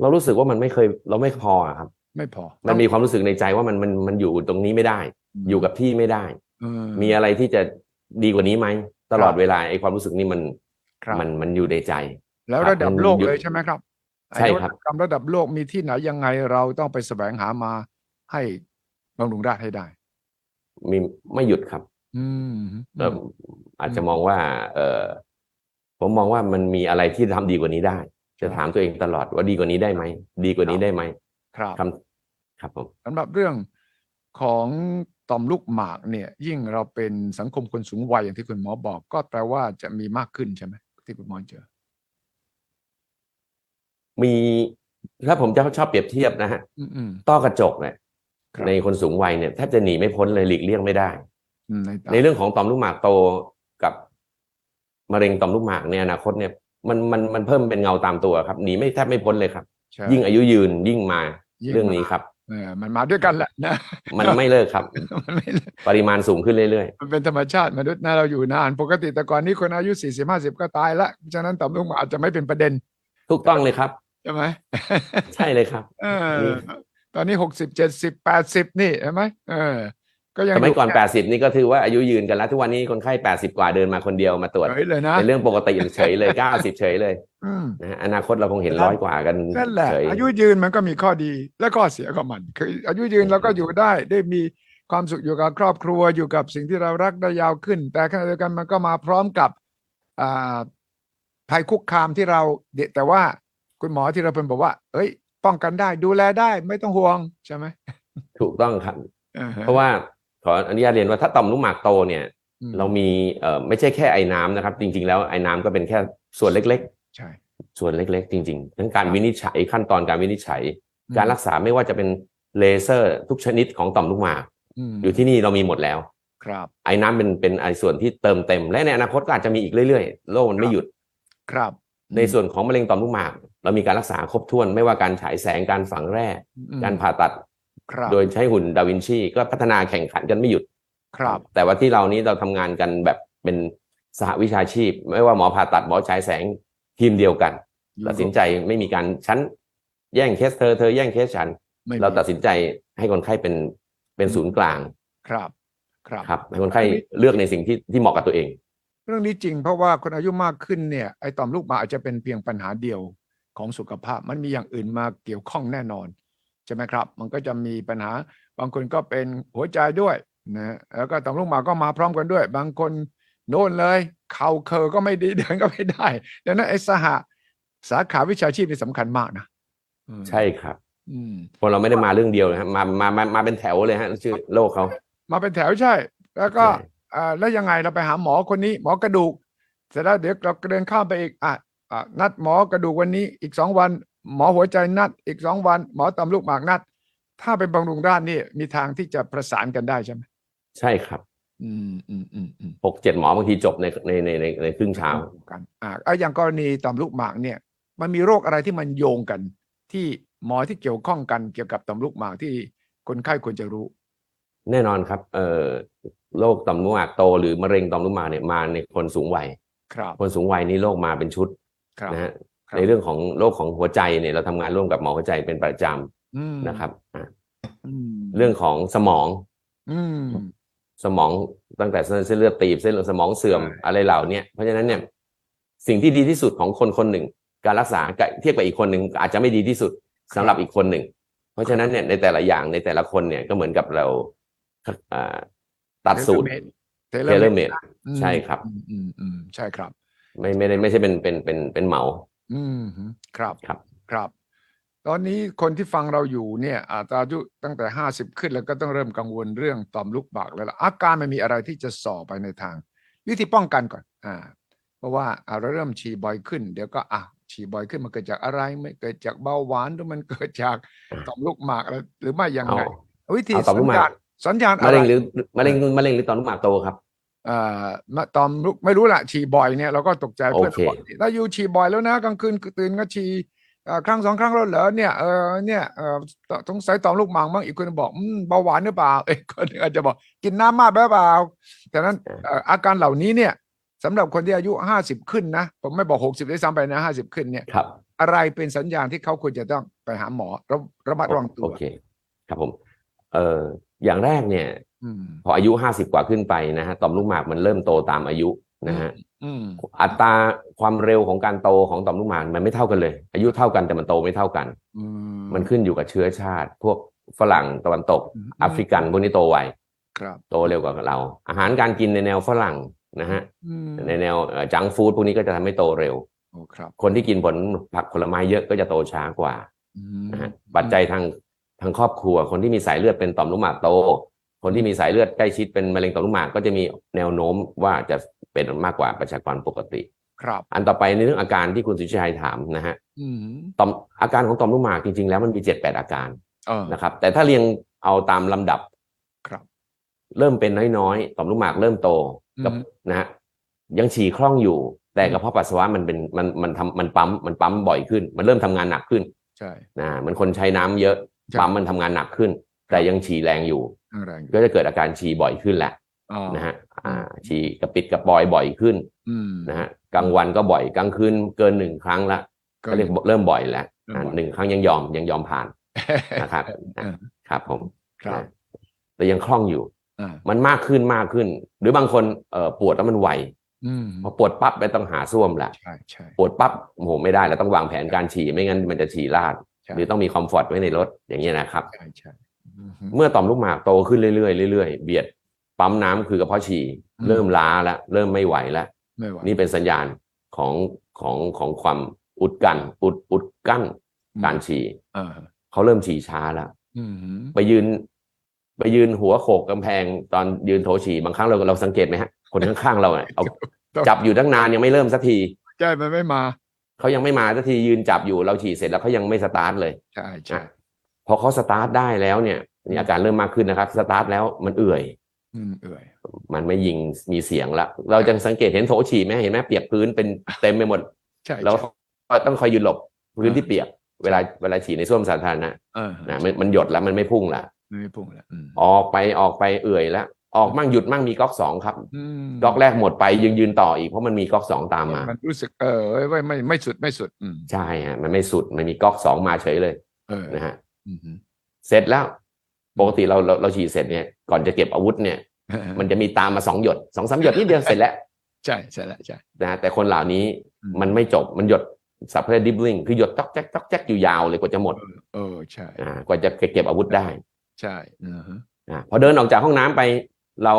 Speaker 2: เรารู้สึกว่ามันไม่เคยเราไม่พอครับ
Speaker 1: ไม่พอ
Speaker 2: มันมีความรู้สึกในใจว่ามันมันมันอยู่ตรงนี้ไม่ได้ อยู่กับที่ไม่ได้
Speaker 1: เออ
Speaker 2: มีอะไรที่จะดีกว่านี้ไหมตลอดเวลาไอ้ความรู้สึกนี้มัน
Speaker 1: ครับ
Speaker 2: มันมันอยู่ในใจ
Speaker 1: แล้ว
Speaker 2: ครับ
Speaker 1: ระดับโลก
Speaker 2: มันอยู่
Speaker 1: เลยใช่ไหมครับ
Speaker 2: ใช่ครับ
Speaker 1: ไอ้นวัตกรรมระดับโลกมีที่ไหนยังไงเราต้องไปแสวงหามาให้บำรุงราชให้ได้
Speaker 2: มีไม่หยุดครับ
Speaker 1: อืม
Speaker 2: เอ่อออาจจะ
Speaker 1: อืม
Speaker 2: มองว่า เออผมมองว่ามันมีอะไรที่ทำดีกว่านี้ได้
Speaker 1: ค
Speaker 2: จะ
Speaker 1: รับ
Speaker 2: ถามตัวเองตลอดว่าดีกว่านี้ได้ไหมดีกว่านี้ได้ไหม
Speaker 1: ครับ
Speaker 2: คำครับผม
Speaker 1: สำหรับเรื่องของต่อมลูกหมากเนี่ย ยิ่งเราเป็นสังคมคนสูงวัยอย่างที่คุณหมอบอก ก็แปลว่าจะมีมากขึ้นใช่ไหมที่คุณหมอเจอ
Speaker 2: มีถ้าผมจะชอบเปรียบเทียบนะฮะ
Speaker 1: อืมอืม
Speaker 2: ต้อกระจกเนี่ย
Speaker 1: ครับ
Speaker 2: ในคนสูงวัยเนี่ยแทบจะหนีไม่พ้นเลยหลีกเลี่ยงไม่ได้
Speaker 1: อืมในตับ
Speaker 2: ในเรื่องของต่อมลูกหมากโตกับมะเร็งต่อมลูกหมากในอนาคตเนี่ยมันมันมันเพิ่มเป็นเงาตามตัวครับหนีไม่แทบไม่พ้นเลยครับ
Speaker 1: ใช่
Speaker 2: ยิ่งอายุยืนยิ่งมา
Speaker 1: ยิ่
Speaker 2: เรื่องนี้ครับ
Speaker 1: เออมันมาด้วยกันแหละนะ
Speaker 2: มันไม่เลิกครับ
Speaker 1: มันไม่
Speaker 2: ปริมาณสูงขึ้นเรื่อย
Speaker 1: มันเป็นธรรมชาติมนุษย์นะเราอยู่นาน ปกติแต่ก่อนนี้คนอายุสี่สิบห้าสิบก็ตายละฉะนั้นต่อมลูกหมากอาจจะไม่เป็นประเด็น
Speaker 2: ๆ ถูกต้องเลยครับ
Speaker 1: ใช่ไหม
Speaker 2: ใช่เลยครับ
Speaker 1: เอ
Speaker 2: นี่
Speaker 1: อ ตอนนี้หกสิบเจ็ดสิบแปดสิบนี่ใช่ไหมเออ ก็ยัง
Speaker 2: สมัยก่อน
Speaker 1: ดู
Speaker 2: 80 นี่ก็ถือว่าอายุยืนกันแล้ว ทุกวันนี้คนไข้ 80 กว่าเดินมาคนเดียวมาตรวจ
Speaker 1: เฉยเลยนะ
Speaker 2: เป็นเรื่องปกติเฉยเลย 90 เฉยเลย
Speaker 1: อืม
Speaker 2: นะฮะอนาคตเราคงเห็น
Speaker 1: ครับ
Speaker 2: ร้อยกว่ากัน
Speaker 1: นั่นแหละ
Speaker 2: เฉย
Speaker 1: อายุยืนมันก็มีข้อดีและข้อเสียของมัน คืออายุยืนเราก็อยู่ได้ได้มีความสุขอยู่กับครอบครัวอยู่กับสิ่งที่เรารักได้ยาวขึ้น แต่ขณะเดียวกันมันก็มาพร้อมกับอ่าภัยคุกคามที่เราเดแต่ว่าคุณหมอที่เราเป็นบอกว่า เอ้ย ป้องกันได้ดูแลได้ไม่ต้องห่วงใช่ไหม
Speaker 2: ถูกต้องครับ
Speaker 1: อ่ฮ
Speaker 2: เพราะว่าขออนุญาตเรียนว่าถ้าต่อมลูกหมากโตเนี่ย
Speaker 1: อืม
Speaker 2: เรามีเอ่อไม่ใช่แค่ไอ้น้ำนะครับ จริง ๆ แล้วไอ้น้ำก็เป็นแค่ส่วนเล็ก
Speaker 1: ใช่
Speaker 2: ๆ ส่วนเล็ก ๆ จริงๆทั้งการวินิจฉัยขั้นตอนการวินิจฉัย การรักษาไม่ว่าจะเป็นเลเซอร์ทุกชนิดของต่อมลูกหมาก
Speaker 1: ม
Speaker 2: อยู่ที่นี่เรามีหมดแล้ว
Speaker 1: ครับ
Speaker 2: ไอ้น้ำเป็นเป็นไอ้ส่วนที่เติมเต็ม และในอนาคตก็อาจจะมีอีกเรื่อยๆ โลกมันไม่หยุด
Speaker 1: ครับ
Speaker 2: ในส่วนของมะเร็งต่อมลูกหมาก เรามีการรักษาครบถ้วน ไม่ว่าการฉายแสงการฝังแร่
Speaker 1: อืม
Speaker 2: การผ่าตัด
Speaker 1: ครับ
Speaker 2: โดยใช้หุ่นดาวินชี ก็พัฒนาแข่งขันกันไม่หยุด
Speaker 1: ครับ
Speaker 2: แต่ว่าที่เรานี้เราทำงานกันแบบเป็นสหวิชาชีพ ไม่ว่าหมอผ่าตัดหมอฉายแสงทีมเดียวกันตัดสินใจไม่มีการชั้น แย่งเคสเธอเธอแย่งเคสฉัน
Speaker 1: ไม่มี
Speaker 2: เราตัดสินใจให้คนไข้เป็นเป็นศูนย์กลาง
Speaker 1: ครับ ครับ
Speaker 2: ครับให้คนไข้เลือกในสิ่งที่ที่เหมาะกับตัวเอง
Speaker 1: เรื่องนี้จริงเพราะว่าคนอายุมากขึ้นเนี่ยไอ้ต่อมลูกหมากอาจจะเป็นเพียงปัญหาเดียวของสุขภาพ มันมีอย่างอื่นมาเกี่ยวข้องแน่นอน ใช่ไหมครับ มันก็จะมีปัญหาบางคนก็เป็นหัวใจด้วยนะแล้วก็ต่อมลูกหมากก็มาพร้อมกันด้วย บางคนโน่นเลย เข่าเคอก็ไม่ดีเดินก็ไม่ได้ดังนั้นไอ้สหสาขาวิชาชีพนี่สำคัญมากนะอืม
Speaker 2: ใช่ครับ
Speaker 1: อืม
Speaker 2: คนเราไม่ได้มาเรื่องเดียวนะครับมามามามาเป็นแถวเลยฮะชื่อโลกเขา
Speaker 1: มาเป็นแถวใช่ แล้วก็
Speaker 2: ใช่
Speaker 1: อ่าแล้วยังไงเราไปหาหมอคนนี้ หมอกระดูก เสร็จแล้วเดี๋ยวเราเดินข้ามไปอีกอ่ะอ่ะนัดหมอกระดูกวันนี้อีกสองวัน หมอหัวใจนัดอีกสองวัน หมอตำลูกหมากนัด ถ้าเป็นบำรุงราชนี่มีทางที่จะประสานกันได้ใช่ไหม
Speaker 2: ใช่ครับ
Speaker 1: อืมอืมอืมอืม
Speaker 2: หกเจ็ดหมอบางทีจบในในในในในครึ่งเช้า
Speaker 1: กันอ่าเอาอย่างกรณีตำลูกหมากเนี่ย มันมีโรคอะไรที่มันโยงกัน ที่หมอที่เกี่ยวข้องกันเกี่ยวกับตำลูกหมากที่คนไข้ควรจะรู้
Speaker 2: แน่นอนครับเอ่อโรคต่อมลูกหมากโต หรือมะเร็งต่อมลูกหมากเนี่ยมาในคนสูงวัย
Speaker 1: ครับ
Speaker 2: คนสูงวัยนี่โรคมาเป็นชุด
Speaker 1: ครับ
Speaker 2: นะฮะ
Speaker 1: ครับ
Speaker 2: ในเรื่องของโรคของหัวใจเนี่ยเราทำงานร่วมกับหมอหัวใจเป็นประจำ
Speaker 1: อืม
Speaker 2: นะครับอ่ะ
Speaker 1: อืม
Speaker 2: เรื่องของสมอง
Speaker 1: อืม
Speaker 2: สมองตั้งแต่เส้นเส้นเลือดตีบเส้นเลือดสมองเสื่อม
Speaker 1: ใช่
Speaker 2: อะไรเหล่าเนี้ยเพราะฉะนั้นเนี่ยสิ่งที่ดีที่สุดของคนคนหนึ่ง การรักษากับเทียบกับอีกคนหนึ่งอาจจะไม่ดีที่สุดสำหรับอีกคนหนึ่ง เพราะฉะนั้นเนี่ยในแต่ละอย่างในแต่ละคนเนี่ยก็เหมือนกับเราอ่าตัดสูตร
Speaker 1: เทเล
Speaker 2: เทเล
Speaker 1: เม
Speaker 2: เม
Speaker 1: ด
Speaker 2: ด ใช่ครับ
Speaker 1: อืมอืมอืมใช่ครับ
Speaker 2: ไม่ไม่ได้ไม่ใช่เป็นเป็นเป็นเป็นเหมา
Speaker 1: อืมฮึครับ
Speaker 2: ครับ
Speaker 1: ครับ ตอนนี้คนที่ฟังเราอยู่เนี่ยอาจจะอายุตั้งแต่ห้าสิบขึ้นแล้วก็ต้องเริ่มกังวลเรื่องต่อมลูกบากแล้วล่ะอาการมันมีอะไรที่จะส่อไปในทาง วิธีป้องกันก่อน อ่า เพราะว่าอ่าเราเริ่มฉี่บ่อยขึ้น เดี๋ยวก็อ่ะฉี่บ่อยขึ้นมันเกิดจากอะไรไม่เกิดจากเบาหวานหรือมันเกิดจากต่อมลูกหมากแล้วหรือไม่ยัง
Speaker 2: เอา
Speaker 1: ไงวิธี
Speaker 2: เอาต่อมลู
Speaker 1: สัญ
Speaker 2: กหมาก
Speaker 1: ญาณสัญญาณอะ
Speaker 2: มะ
Speaker 1: ไร
Speaker 2: เร็งหรือมะเร็งมะเร็งหรือต่อมลูกหมากโตครับ
Speaker 1: เอ่อมาต่อมลูกไม่รู้ละฉี่บ่อยเนี่ยเราก็ตกใจเพื่อน
Speaker 2: โอเค
Speaker 1: บอกถ้าอยู่ฉี่บ่อยแล้วนะกลางคืนตื่นก็ฉี่เอ่อครั้งสองครั้งแล้วเหรอเนี่ยเออเนี่ยเออตสงสัยต่อมลูกหมากบ้างอีกคนบอกอืมเบาหวานหรือเปล่า เอ้ยคนหนึ่งอาจจะบอกกินน้ำมากไปเปล่าแต่นั้นเอ่ออาการเหล่านี้เนี่ยสำหรับคนที่อายุห้าสิบขึ้นนะผมไม่บอกหกสิบได้วยซ้ำไปนะห้าสิบขึ้นเนี่ย
Speaker 2: ครับ
Speaker 1: อะไรเป็นสัญญาณที่เขาควรจะต้องไปหาหมอระระมัดระวังตั
Speaker 2: โอ
Speaker 1: ว
Speaker 2: เคครับผมเอ่ออย่างแรกเนี่ย
Speaker 1: อืม
Speaker 2: พออายุห้าสิบกว่าขึ้นไปนะฮะต่อมลูกหมากมันเริ่มโตตามอายุนะฮะ
Speaker 1: อืม
Speaker 2: อัตราความเร็วของการโตของต่อมลูกหมากมันไม่เท่ากันเลย อายุเท่ากันแต่มันโตไม่เท่ากัน
Speaker 1: อื
Speaker 2: มันขึ้นอยู่กับเชื้อชาติ พวกฝรั่งตะวันตก
Speaker 1: ม
Speaker 2: แอฟริกันพวกนี้โตไว
Speaker 1: ครับ
Speaker 2: โตเร็วกว่าเรา อาหารการกินในแนวฝรั่งนะฮะ
Speaker 1: อืม
Speaker 2: ในแนวจังฟู้ดพวกนี้ก็จะทำให้โตเร็ว
Speaker 1: โอ้ครับ
Speaker 2: คนที่กินผลผักผลไม้เยอะก็จะโตช้ากว่า
Speaker 1: อืม
Speaker 2: นะฮะปัจจัยทางทางครอบครัว คนที่มีสายเลือดเป็นต่อมลูกหมากโต คนที่มีสายเลือดใกล้ชิดเป็นมะเร็งต่อมลูกหมากก็จะมีแนวโน้มว่าจะเป็นมากกว่าประชากรปกติ
Speaker 1: ครับ
Speaker 2: อันต่อไปในเรื่องอาการที่คุณสุชชัยถามนะฮะ
Speaker 1: อืม
Speaker 2: ต่อมอาการของต่อมลูกหมากจริงๆแล้วมันมีเจ็ดแปดอาการ
Speaker 1: เออ
Speaker 2: นะครับแต่ถ้าเรียง เอาตามลำดับ
Speaker 1: ครับ
Speaker 2: เริ่มเป็นน้อยๆ ต่อมลูกหมากเริ่มโตกับ
Speaker 1: อืม
Speaker 2: นะฮะยังฉี่คล่องอยู่ แต่กระเพาะปัสสาวะมันเป็นมันมันทำมันปั๊มมันปั๊มบ่อยขึ้น มันเริ่มทำงานหนักขึ้น
Speaker 1: ใช่
Speaker 2: นะเหมันคนใช้น้ำเยอะ
Speaker 1: ใช่
Speaker 2: ปั๊มมันทำงานหนักขึ้น แต่ยังฉี่แรงอยู่
Speaker 1: นั่งแรงอยู่
Speaker 2: ก็จะเกิดอาการฉี่บ่อยขึ้นแหละ
Speaker 1: อ่า
Speaker 2: นะฮะอ่าฉี่กระปิดกระปอยบ่อยขึ้น
Speaker 1: อืม
Speaker 2: นะฮะกลางวันก็บ่อยกลางคืนเกินหนึ่งครั้งละก็เรียกเริ่มบ่อยแล้ว
Speaker 1: เริ่ม
Speaker 2: อ่า
Speaker 1: บ่อย
Speaker 2: หนึ่งครั้งยังยอมยังยอมผ่านนะครับ
Speaker 1: เออ
Speaker 2: ครับผม
Speaker 1: ครับ
Speaker 2: นะแต่ยังคล่องอยู่
Speaker 1: อ่า
Speaker 2: มันมากขึ้นมากขึ้น หรือบางคนเอ่อปวดแล้วมันไว
Speaker 1: อืม
Speaker 2: พอปวดปั๊บไปต้องหาส้วมละ
Speaker 1: ใช่ใช่
Speaker 2: ปวดปั๊บโอ้โหไม่ได้แล้วต้องวางแผนการฉี่ไม่งั้นมันจะฉี่ลาด
Speaker 1: ใช่
Speaker 2: หรือต้องมีคอมฟอร์ตไว้ในรถอย่างนี้ยนะครับ
Speaker 1: ใช่ใช่อืม
Speaker 2: เมื่อต่อมลูกหมากโตขึ้นเรื่อยๆเรื่อยๆเบียดปั๊มน้ำคือกระเพาะฉี่
Speaker 1: อืม
Speaker 2: เริ่มล้าละเริ่มไม่ไหวละ
Speaker 1: ไม่ไหว
Speaker 2: นี่เป็นสัญญาณของของของความอุดกันอุดอุดกั้นการฉี่
Speaker 1: อ่า
Speaker 2: เขาเริ่มฉี่ช้าละ
Speaker 1: อืม
Speaker 2: ไปยืน ไปยืนหัวโขกกำแพงตอนยืนโถฉี่บางครั้งเราเราสังเกตไหมฮะ คนข้างๆเราเนี่ย เอาจับอยู่ตั้งนานยังไม่เริ่มสักที
Speaker 1: ใช่มันไม่มา
Speaker 2: เขายังไม่มาสักทียืนจับอยู่เราฉี่เสร็จแล้วเขายังไม่สตาร์ทเลย
Speaker 1: ใช่ใช่
Speaker 2: อ่ะพอเขาสตาร์ทได้แล้วเนี่ยนี่อาการเริ่มมากขึ้นนะครับสตาร์ทแล้วมันเอื่อย
Speaker 1: อืมเอื่อย
Speaker 2: มันไม่ยิงมีเสียงละเราจะสังเกตเห็นโถฉี่ไหมเห็นไหมเปียกพื้น เป็นเต็มไปหมด
Speaker 1: ใช่
Speaker 2: แล้ว
Speaker 1: ใช่
Speaker 2: ก็ต้องคอยยืนหลบพื้นที่เปียก เวลาเวลาฉี่ในส้วมสาธารณะ
Speaker 1: เออ
Speaker 2: นะมันมันหยดแล้วมันไม่พุ่งละ
Speaker 1: มันไม่พุ่งแล้วอืม
Speaker 2: ออกไปออกไปเอื่อยแล้ว ออกมั่งหยุดมั่งมีก๊อกสองครับ
Speaker 1: อืม
Speaker 2: ก๊อกแรกหมดไปยังยืนต่ออีกเพราะมันมีก๊อกสองตามมา
Speaker 1: มันรู้สึกเออไว้ไม่ไม่สุดไม่สุด อืม
Speaker 2: ใช่ฮะมันไม่สุดมันมีก๊อกสองมาเฉยเลย
Speaker 1: เออ
Speaker 2: นะฮะ
Speaker 1: อืมฮึ
Speaker 2: เสร็จแล้วปกติเราเราเราฉีดเสร็จเนี่ยก่อนจะเก็บอาวุธเนี่ย มันจะมีตามมาสองหยดสองสามหยดนิดเดียวเสร็จแล้ว
Speaker 1: ใช่ใช่แล้วใช่
Speaker 2: นะฮะแต่คนเหล่านี้
Speaker 1: อืม
Speaker 2: มันไม่จบมันหยดสับเพลดิบลิงคือหยดจ๊อกแจ๊กจ๊อกแจ๊กอยู่ยาวเลยกว่าจะหมด
Speaker 1: เออใช่
Speaker 2: อ่ากว่าจะเก็บอาวุธได้
Speaker 1: ใช่อือฮึ
Speaker 2: อ่าพอเดินออกจากห้องน้ำไป เรา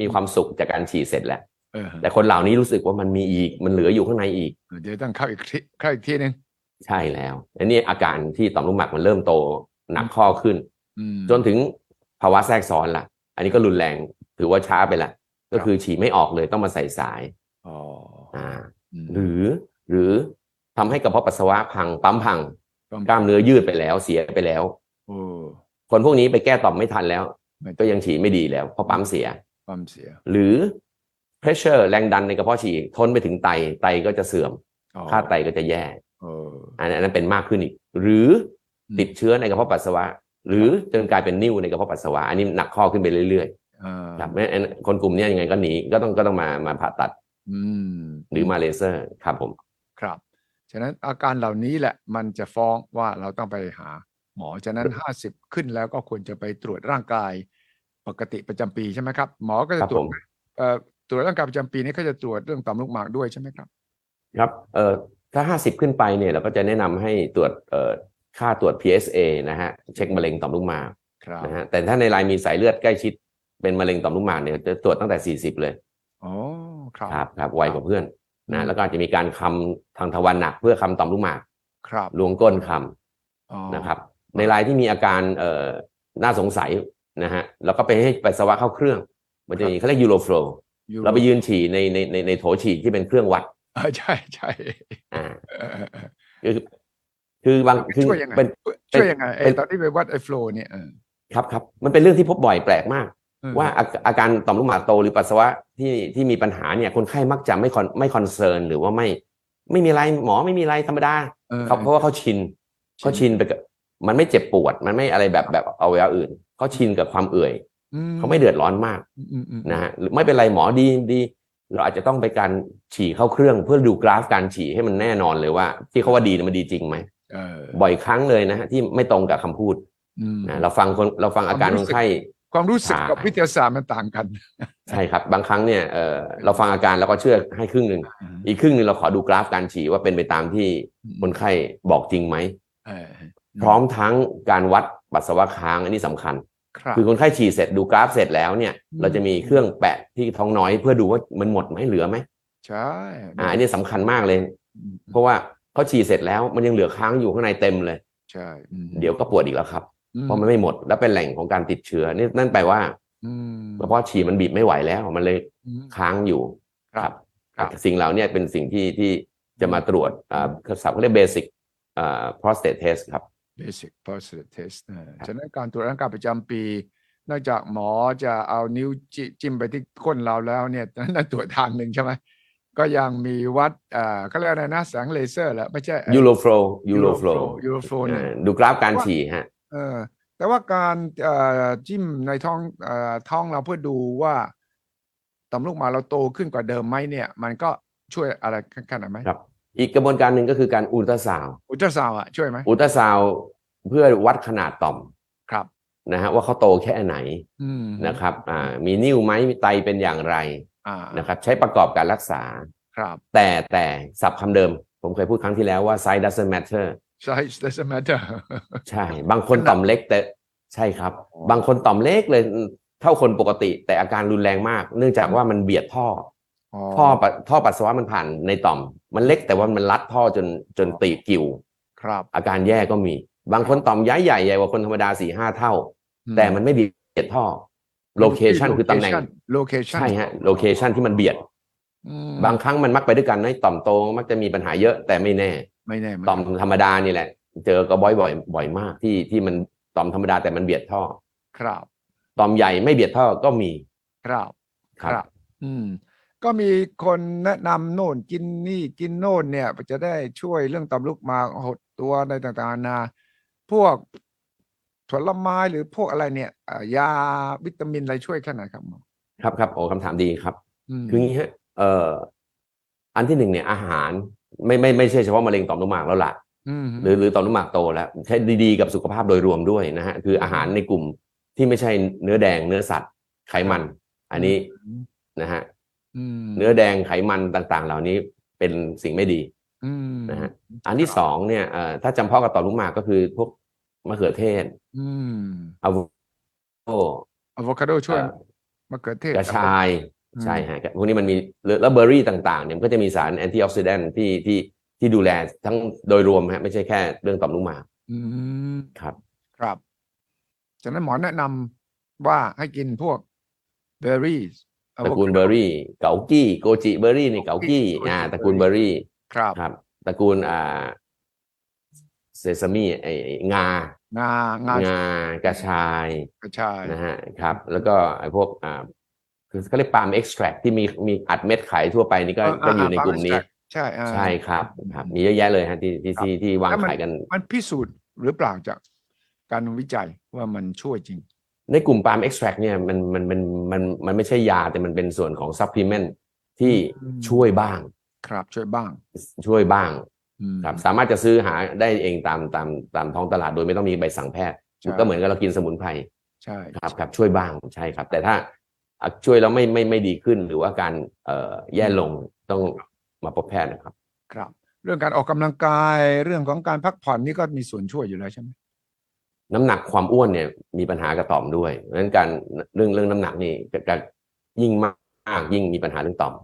Speaker 2: มีความสุขจากการฉีดเสร็จแล้ว
Speaker 1: เออฮะ
Speaker 2: แต่คนเหล่านี้รู้สึกว่ามันมีอีกมันเหลืออยู่ข้างในอีก
Speaker 1: เดี๋ยวต้องเข้าอีกทีเข้าอีกทีหนึ่ง
Speaker 2: ใช่แล้วอันนี้อาการที่ต่อมลูกหมากมันเริ่มโตหนักข้อขึ้น
Speaker 1: อืม
Speaker 2: จนถึงภาวะแทรกซ้อนละ่ะ อันนี้ก็รุนแรงถือว่าช้าไปละ ก็คือฉี่ไม่ออกเลยต้องมาใส่สาย
Speaker 1: อ๋อ
Speaker 2: อ่า
Speaker 1: อืม
Speaker 2: หรือหรือทำให้กระเพาะปัสสาวะพังปั๊มพัง
Speaker 1: ต้อง
Speaker 2: กล้ามเนื้อยืดไปแล้วเสียไปแล้ว
Speaker 1: โอ้
Speaker 2: คนพวกนี้ไปแก้ต่อมไม่ทันแล้ว
Speaker 1: ไม่
Speaker 2: ก็ยังฉี่ไม่ดีแล้วเพราะปั๊มเสีย
Speaker 1: ความเสีย
Speaker 2: หรือ pressure แรงดันในกระเพาะฉี่ทนไปถึงไตไตก็จะเสื่อม
Speaker 1: อ๋อ
Speaker 2: ค่าไตก็จะแย่
Speaker 1: เออ
Speaker 2: อันนั้นอันนั้นเป็นมากขึ้นอีก หรืออ
Speaker 1: ม
Speaker 2: ติดเชื้อในกระเพาะปัสสาวะ หรือจนกลายเป็นนิ่วในกระเพาะปัสสาวะอันนี้หนักข้อขึ้นไปเรื่อย
Speaker 1: อ่า
Speaker 2: ๆครับไม่อันคนกลุ่มเนี้ยยังไงก็หนีก็ต้องก็ต้องมามาผ่าตัด
Speaker 1: อืม
Speaker 2: หรือมาเลเซอร์ครับผม
Speaker 1: ครับ ฉะนั้นอาการเหล่านี้แหละ มันจะฟ้องว่าเราต้องไปหาหมอ ฉะนั้นห้าสิบขึ้นแล้วก็ควรจะไปตรวจร่างกาย ปกติประจำปีใช่ไหมครับ หมอก็
Speaker 2: ค
Speaker 1: จะ
Speaker 2: รับ
Speaker 1: ตรว
Speaker 2: ผ
Speaker 1: จ
Speaker 2: ม
Speaker 1: เอ่อตรวจร่างกายประจำปีนี้ก็จะตรวจเรื่องต่อมลูกหมากด้วยใช่ไหมครับ
Speaker 2: ครับเอ่อถ้า 50 ขึ้นไปเนี่ยเราก็จะแนะนำให้ตรวจเอ่อค่าตรวจ PSA นะฮะเช็คมะเร็งต่อมลูกหมาก
Speaker 1: ครับ
Speaker 2: นะฮะแต่ถ้าในรายมีสายเลือดใกล้ชิดเป็นมะเร็งต่อมลูกหมากเนี่ยจะตรวจตั้งแต่ 40 เลย
Speaker 1: อ๋อครับ
Speaker 2: ครับครับไวกว่าเพื่อน
Speaker 1: อื
Speaker 2: นะ
Speaker 1: ม
Speaker 2: แล้วก็อาจจะมีการคำทางทวารหนักเพื่อคำต่อมลูกหมาก
Speaker 1: ครับ
Speaker 2: ลวงก้นคำ
Speaker 1: อ๋อ
Speaker 2: นะครับในรายที่มีอาการเอ่อน่าสงสัยนะฮะแล้วก็ไปให้ปัสสาวะเข้าเครื่อง มันจะมีเขาเรียกยูโรฟลู
Speaker 1: อยู่
Speaker 2: เราไปยืนฉี่ในในในในโถฉี่ที่เป็นเครื่องวัด
Speaker 1: เอ อใช่ใช่
Speaker 2: อ่า
Speaker 1: เออเออเออ
Speaker 2: คือคือบางคือ
Speaker 1: ช่วยยังไง
Speaker 2: เป็น
Speaker 1: ช่วยยังไงไอ้
Speaker 2: เป็น
Speaker 1: ตอนที่ไปวัดไอ้โฟลว์เนี่ยเออ
Speaker 2: ครับครับมันเป็นเรื่องที่พบบ่อยแปลกมาก
Speaker 1: เออ
Speaker 2: ว่าอาอาการต่อมลูกหมากโตหรือปัสสาวะที่ที่มีปัญหาเนี่ยคนไข้มักจะไม่คอนไม่คอนเซิร์นหรือว่าไม่ไม่มีอะไรหมอไม่มีอะไรธรรมดาเขาเพราะว่าเขาชินเขาชินไปกับมันไม่เจ็บปวด มันไม่อะไรแบบแบบเอาเวลาอื่นเขาชินกับความเอื่อย เขาไม่เดือดร้อนมาก
Speaker 1: อืมอืม
Speaker 2: นะฮะหรือไม่เป็นไรหมอดีดี เราอาจจะต้องไปการฉี่เข้าเครื่องเพื่อดูกราฟการฉี่ให้มันแน่นอนเลยว่า ที่เขาว่าดีเนี่ยมันดีจริงไหม
Speaker 1: เออ
Speaker 2: บ่อยครั้งเลยนะฮะที่ไม่ตรงกับคำพูด
Speaker 1: อืม
Speaker 2: นะเราฟังคนเราฟังอาการ
Speaker 1: ความ
Speaker 2: ค
Speaker 1: รู้สึ
Speaker 2: น
Speaker 1: ก
Speaker 2: ไข้
Speaker 1: ความรู้สึกกับ
Speaker 2: ใช่
Speaker 1: วิทยาศาสตร์มันต่างกัน
Speaker 2: ใช่ครับ บางครั้งเนี่ยเออเราฟังอาการแล้วก็เชื่อให้ครึ่งหนึ่งอีกครึ่งหนึ่งเราขอดูกราฟการฉี่ว่าเป็นไปตามที่คนไข้บอกจริงไหม
Speaker 1: เออ
Speaker 2: พร้อมทั้งการวัดปัสสาวะค้างอันนี้สำคัญ
Speaker 1: ครับ
Speaker 2: คือคนไข้ฉี่เสร็จดูกราฟเสร็จแล้วเนี่ย
Speaker 1: อืม
Speaker 2: เราจะมีเครื่องแปะที่ท้องน้อยเพื่อดูว่ามันหมดไหมเหลือไหม
Speaker 1: ใช่
Speaker 2: อ่าอันนี้สำคัญมากเลย เพราะว่าเขาฉี่เสร็จแล้วมันยังเหลือค้างอยู่ข้างในเต็มเลย
Speaker 1: ใช่อืม
Speaker 2: เดี๋ยวก็ปวดอีกแล้วครับ
Speaker 1: อื
Speaker 2: เพราะมันไม่หมดและเป็นแหล่งของการติดเชื้อนี่นั่นแปลว่า
Speaker 1: อืม
Speaker 2: กระเพาะฉี่มันบีบไม่ไหวแล้วมันเลย
Speaker 1: อืม
Speaker 2: ค้างอยู่
Speaker 1: ครับครับ
Speaker 2: สิ่งเหล่าเนี้เป็นสิ่งที่ที่จะมาตรวจอ่าศัพท์เขาเรียกเบสิกอ่า prostate test ครับ
Speaker 1: basic positive test นะฉะนั้นการตรวจร่างกายประจำปี นอกจากหมอจะเอานิ้วจิจิ้มไปที่ก้นเราแล้วเนี่ย นั่นตรวจทางหนึ่งใช่ไหมก็ยังมีวัดเอ่อเขาเรียกอะไรนะแสงเลเซอร์แหละไม่ใช่ไอ้
Speaker 2: ยูโรโฟลยูโรโฟล
Speaker 1: Euroflow เนี่ย
Speaker 2: ดูกราฟการฉี่ฮะ
Speaker 1: เออแต่ว่าการเอ่อจิ้มในท้องเอ่อท้องเราเพื่อดูว่าต่อมลูกหมากเราโตขึ้นกว่าเดิมไหมเนี่ย มันก็ช่วยอะไรขนาดไหม
Speaker 2: ครับ อีกกระบวนการหนึ่งก็คือการอุลตราซาวด์
Speaker 1: อุลตราซาวด์อะช่วยไหม
Speaker 2: อุลตราซาวด์เพื่อวัดขนาดต่อม
Speaker 1: ครับ
Speaker 2: นะฮะว่าเขาโตแค่ไหน
Speaker 1: อืม
Speaker 2: นะครับอ่ามีนิ้วไหมมีไตเป็นอย่างไร
Speaker 1: อ่า
Speaker 2: นะครับ ใช้ประกอบการรักษา
Speaker 1: ครับ
Speaker 2: แต่แต่ศัพท์คำเดิม ผมเคยพูดครั้งที่แล้วว่า size doesn't matter
Speaker 1: size doesn't matter
Speaker 2: ใช่ บางคนต่อมเล็กแต่ใช่ครับ บางคนต่อมเล็กเลยเท่าคนปกติ แต่อาการรุนแรงมาก เนื่องจากว่ามันเบียดท่อ ท่อปะท่อปัสสาวะมันผ่านในต่อม มันเล็กแต่ว่ามันรัดท่อจนจนตีบกิ่ว
Speaker 1: ครับ
Speaker 2: อาการแย่ก็มี บางคนต่อมย้ายใหญ่ใหญ่กว่าคนธรรมดาสี่ห้าเท่า
Speaker 1: อื
Speaker 2: แต่มันไม่เบียดท่อโลเคชันคือตำแหน่ง
Speaker 1: โลเคชัน
Speaker 2: ใช่ฮะโลเคชันที่มันเบียด บางครั้งมันมักไปด้วยกันนะต่อมโตมักจะมีปัญหาเยอะแต่ไม่แน่
Speaker 1: ไม่แน่เหน
Speaker 2: ต่อม
Speaker 1: กัน
Speaker 2: ธรรมดานี่แหละ เจอก็บ่อยบ่อยบ่อยมากที่ที่มันต่อมธรรมดาแต่มันเบียดท่อ
Speaker 1: ครับ
Speaker 2: ต่อมใหญ่ไม่เบียดท่อก็มี
Speaker 1: ครับ
Speaker 2: ครับ
Speaker 1: อืม ก็มีคนแนะนำโน่นกินนี่กินโน่นเนี่ยจะได้ช่วยเรื่องต่อมลูกหมากหดตัวในต่างๆนานาพวกผลไม้หรือพวกอะไรเนี่ยเอ่อยาวิตามินอะไรช่วยแค่ไหนครับหมอ
Speaker 2: ครับครับโอ้คำถามดีครับ
Speaker 1: ม
Speaker 2: คืองี้ฮะเอ่ออันที่หนึ่งเนี่ยอาหารไม่ไม่ไม่ใช่เฉพาะมะเร็งต่อมลูกหมากแล้วล่ะ
Speaker 1: ม
Speaker 2: หรือหรือต่อมลูกหมากโตแล้วใช้ดีๆกับสุขภาพโดยรวมด้วยนะฮะคืออาหารในกลุ่มที่ไม่ใช่เนื้อแดงเนื้อสัตว์ไขมัน อันนี้นะฮะ
Speaker 1: อืม
Speaker 2: เนื้อแดงไขมันต่างๆ เหล่านี้เป็นสิ่งไม่ดี
Speaker 1: อืม
Speaker 2: นะฮะ อันที่สองเนี่ยเอ่อถ้าจำเพาะกับต่อมลูกหมากก็คือพวกมะเขือเทศ
Speaker 1: อืม
Speaker 2: อะโวคาโด
Speaker 1: อะโวคาโดช่วย
Speaker 2: เอ่อ
Speaker 1: มะเขือเทศ
Speaker 2: กระชาย
Speaker 1: อืม
Speaker 2: ใช่ฮะพวกนี้มันมีแล้วเบอร์รี่ต่างๆเนี่ยมันก็จะมีสารแอนตี้ออกซิแดนท์ที่ที่ที่ดูแลทั้งโดยรวมฮะไม่ใช่แค่เรื่องต่อมลูกหมาก
Speaker 1: อืม
Speaker 2: ครับ
Speaker 1: ครับจากนั้นหมอแนะนำว่าให้กินพวกเบอร์รี่
Speaker 2: ตระกูลเบอร์รี่เกากี้โกจิเบอร์รี่นี่เกากี้
Speaker 1: Goji
Speaker 2: อ่า
Speaker 1: Goji
Speaker 2: ตระกูลเบอร์รี่
Speaker 1: ครับ
Speaker 2: ครับ ตระกูลอ่าเซซามิไอไอ้งาง
Speaker 1: างาง
Speaker 2: ากระชาย
Speaker 1: กระชาย
Speaker 2: นะฮะครับ แล้วก็ไอพวกอ่าคือเขาเรียกปาล์มเอ็กซ์แทรกที่มีมีอัดเม็ดขายทั่วไปนี่ก็
Speaker 1: า
Speaker 2: ก็อยู่ใน
Speaker 1: าก
Speaker 2: ลุ่มนี้
Speaker 1: ใช่อ่า
Speaker 2: ใช่ครับครับ มีเยอะแยะเลยฮะที่ที่ที่ที่วาง
Speaker 1: แล้วมัน
Speaker 2: ขายกัน
Speaker 1: มันพิสูจน์หรือเปล่าจากการวิจัยว่ามันช่วยจริง
Speaker 2: ในกลุ่มปาล์มเอ็กซ์แทรกเนี่ยมันมันมันมันมันไม่ใช่ยาแต่มันเป็นส่วนของซัพพลีเมนต์ที่
Speaker 1: อืม
Speaker 2: ช่วยบ้าง
Speaker 1: ครับช่วยบ้าง
Speaker 2: ช่วยบ้าง
Speaker 1: อืม
Speaker 2: ครับสามารถจะซื้อหาได้เองตามตามตามท้องตลาดโดยไม่ต้องมีใบสั่งแพทย์
Speaker 1: ใช่
Speaker 2: ก็เหมือนกับเรากินสมุนไพร
Speaker 1: ใช่
Speaker 2: ครับครับช่วยบ้างใช่ครับ แต่ถ้าอ่ะช่วยแล้วไม่ไม่ไม่ดีขึ้นหรือว่าการเอ่อแย่ลงต้องมาพบแพทย์นะครับ
Speaker 1: ครับ เรื่องการออกกำลังกายเรื่องของการพักผ่อนนี่ก็มีส่วนช่วยอยู่แล้วใช่ไหม
Speaker 2: น้ำหนักความอ้วนเนี่ยมีปัญหากระต่อมด้วยเพราะฉะนั้นการเรื่องเรื่องน้ำหนักนี่จะจะยิ่งมากยิ่งมีปัญหาเรื่องต่อม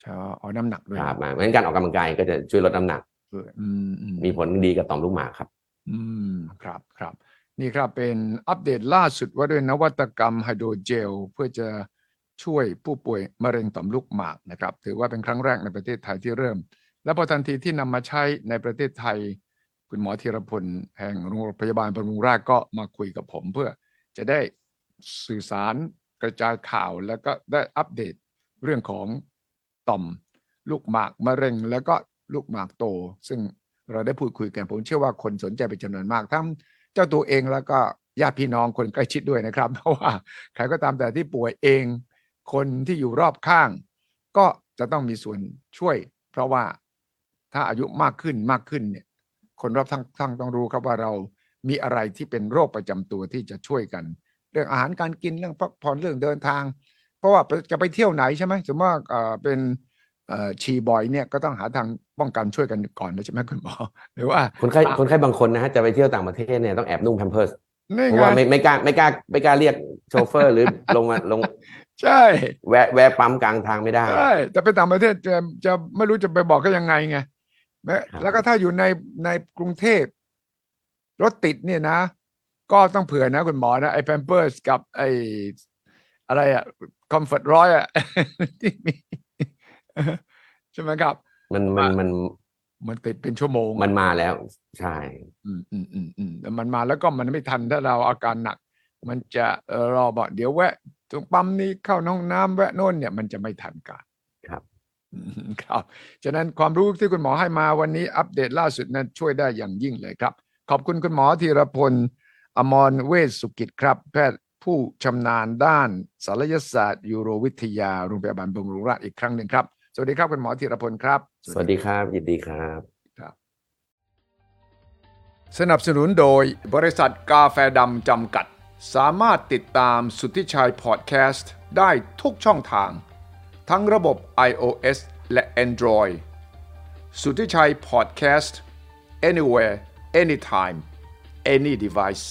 Speaker 1: ใช่ว่าเอาน้ำหนักด้วย
Speaker 2: ครับอ่ะเพราะฉะนั้นการออกกำลังกายก็จะช่วยลดน้ำหนัก
Speaker 1: ด้วยอืมอืม
Speaker 2: มีผลดีกับต่อมลูกหมากครับ
Speaker 1: อืมครับครับนี่ครับเป็นอัปเดตล่าสุดว่าด้วยนวัตกรรมไฮโดรเจล เพื่อจะช่วยผู้ป่วยมะเร็งต่อมลูกหมากนะครับ ถือว่าเป็นครั้งแรกในประเทศไทยที่เริ่ม และพอทันทีที่นำมาใช้ในประเทศไทย คุณหมอธีรพลแห่งโรงพยาบาลบำรุงราษฎร์ก็มาคุยกับผมเพื่อจะได้สื่อสารกระจายข่าว แล้วก็ได้อัปเดตเรื่องของต่อม ลูกหมากมะเร็ง แล้วก็ลูกหมากโต ซึ่งเราได้พูดคุยกันผมเชื่อว่าคนสนใจเป็นจำนวนมากทั้งเจ้าตัวเองแล้วก็ญาติพี่น้องคนใกล้ชิดด้วยนะครับ เพราะว่าใครก็ตามแต่ที่ป่วยเอง คนที่อยู่รอบข้าง ก็จะต้องมีส่วนช่วย เพราะว่าถ้าอายุมากขึ้นมากขึ้นเนี่ย คนรอบข้างข้างต้องรู้ครับว่าเรามีอะไรที่เป็นโรคประจำตัวที่จะช่วยกัน เรื่องอาหารการกินเรื่องพักผ่อนเรื่องเดินทาง เพราะว่าจะไปเที่ยวไหนใช่ไหมสมมติว่าเอ่อเป็น เอ่อฉี่บ่อยเนี่ยก็ต้องหาทางป้องกันช่วยกันก่อนนะใช่ไหมคุณหมอ หรือว่า
Speaker 2: คนไข้คนไข้บางคนนะฮะจะไปเที่ยวต่างประเทศเนี่ยต้องแอบนุ่งแพมเพิร์ส
Speaker 1: นี่
Speaker 2: เพ
Speaker 1: ไง
Speaker 2: ราะว่าไม่ไม่กล้าไม่กล้าไม่กล้าเรียกโชเฟอร์ ห รือลงมาลง
Speaker 1: ใช่
Speaker 2: แวะแวะปั๊มกลางทางไม่ได้
Speaker 1: ใช่แต่ไปต่างประเทศจะจะไม่รู้จะไปบอกกันยังไงไงแม้
Speaker 2: ครับ
Speaker 1: แล้วก็ถ้าอยู่ในในกรุงเทพรถติดเนี่ยนะ ก็ต้องเผื่อนะคุณหมอนะไอ้แพมเพิร์สกับไอ้อะไรอะคอมฟอร์ตร้ อยอะ ที่มี ใช่ไหมครับ
Speaker 2: มันมันมัน
Speaker 1: มันติดเป็นชั่วโมง
Speaker 2: มันมาแล้วใช่
Speaker 1: อืมอืมอืมอืมแล้วมันมาแล้วก็มันไม่ทันถ้าเราอาการหนัก มันจะเอ่อรอบอกเดี๋ยวแวะตรงปั๊มนี้เข้าห้องน้ำแวะโน่นเนี่ยมันจะไม่ทันการ
Speaker 2: ครับ
Speaker 1: อืมครับฉะนั้นความรู้ที่คุณหมอให้มาวันนี้อัปเดตล่าสุดนั้นช่วยได้อย่างยิ่งเลยครับ ขอบคุณคุณหมอธีรพล อมรเวชสุกิจครับ แพทย์ผู้ชำนาญด้านศัลยศาสตร์ยูโรวิทยาโรงพยาบาลบำรุงราษฎร์อีกครั้งหนึ่งครับ สวัสดีครับคุณหมอธีรพลครับ
Speaker 2: สวัสดีครับยินดีครับ
Speaker 1: สนับสนุนโดยบริษัทกาแฟดำจำกัด สามารถติดตามสุทธิชัยพอดแคสต์ได้ทุกช่องทาง ทั้งระบบ iOS และ Android สุทธิชัยพอดแคสต์ anywhere anytime any device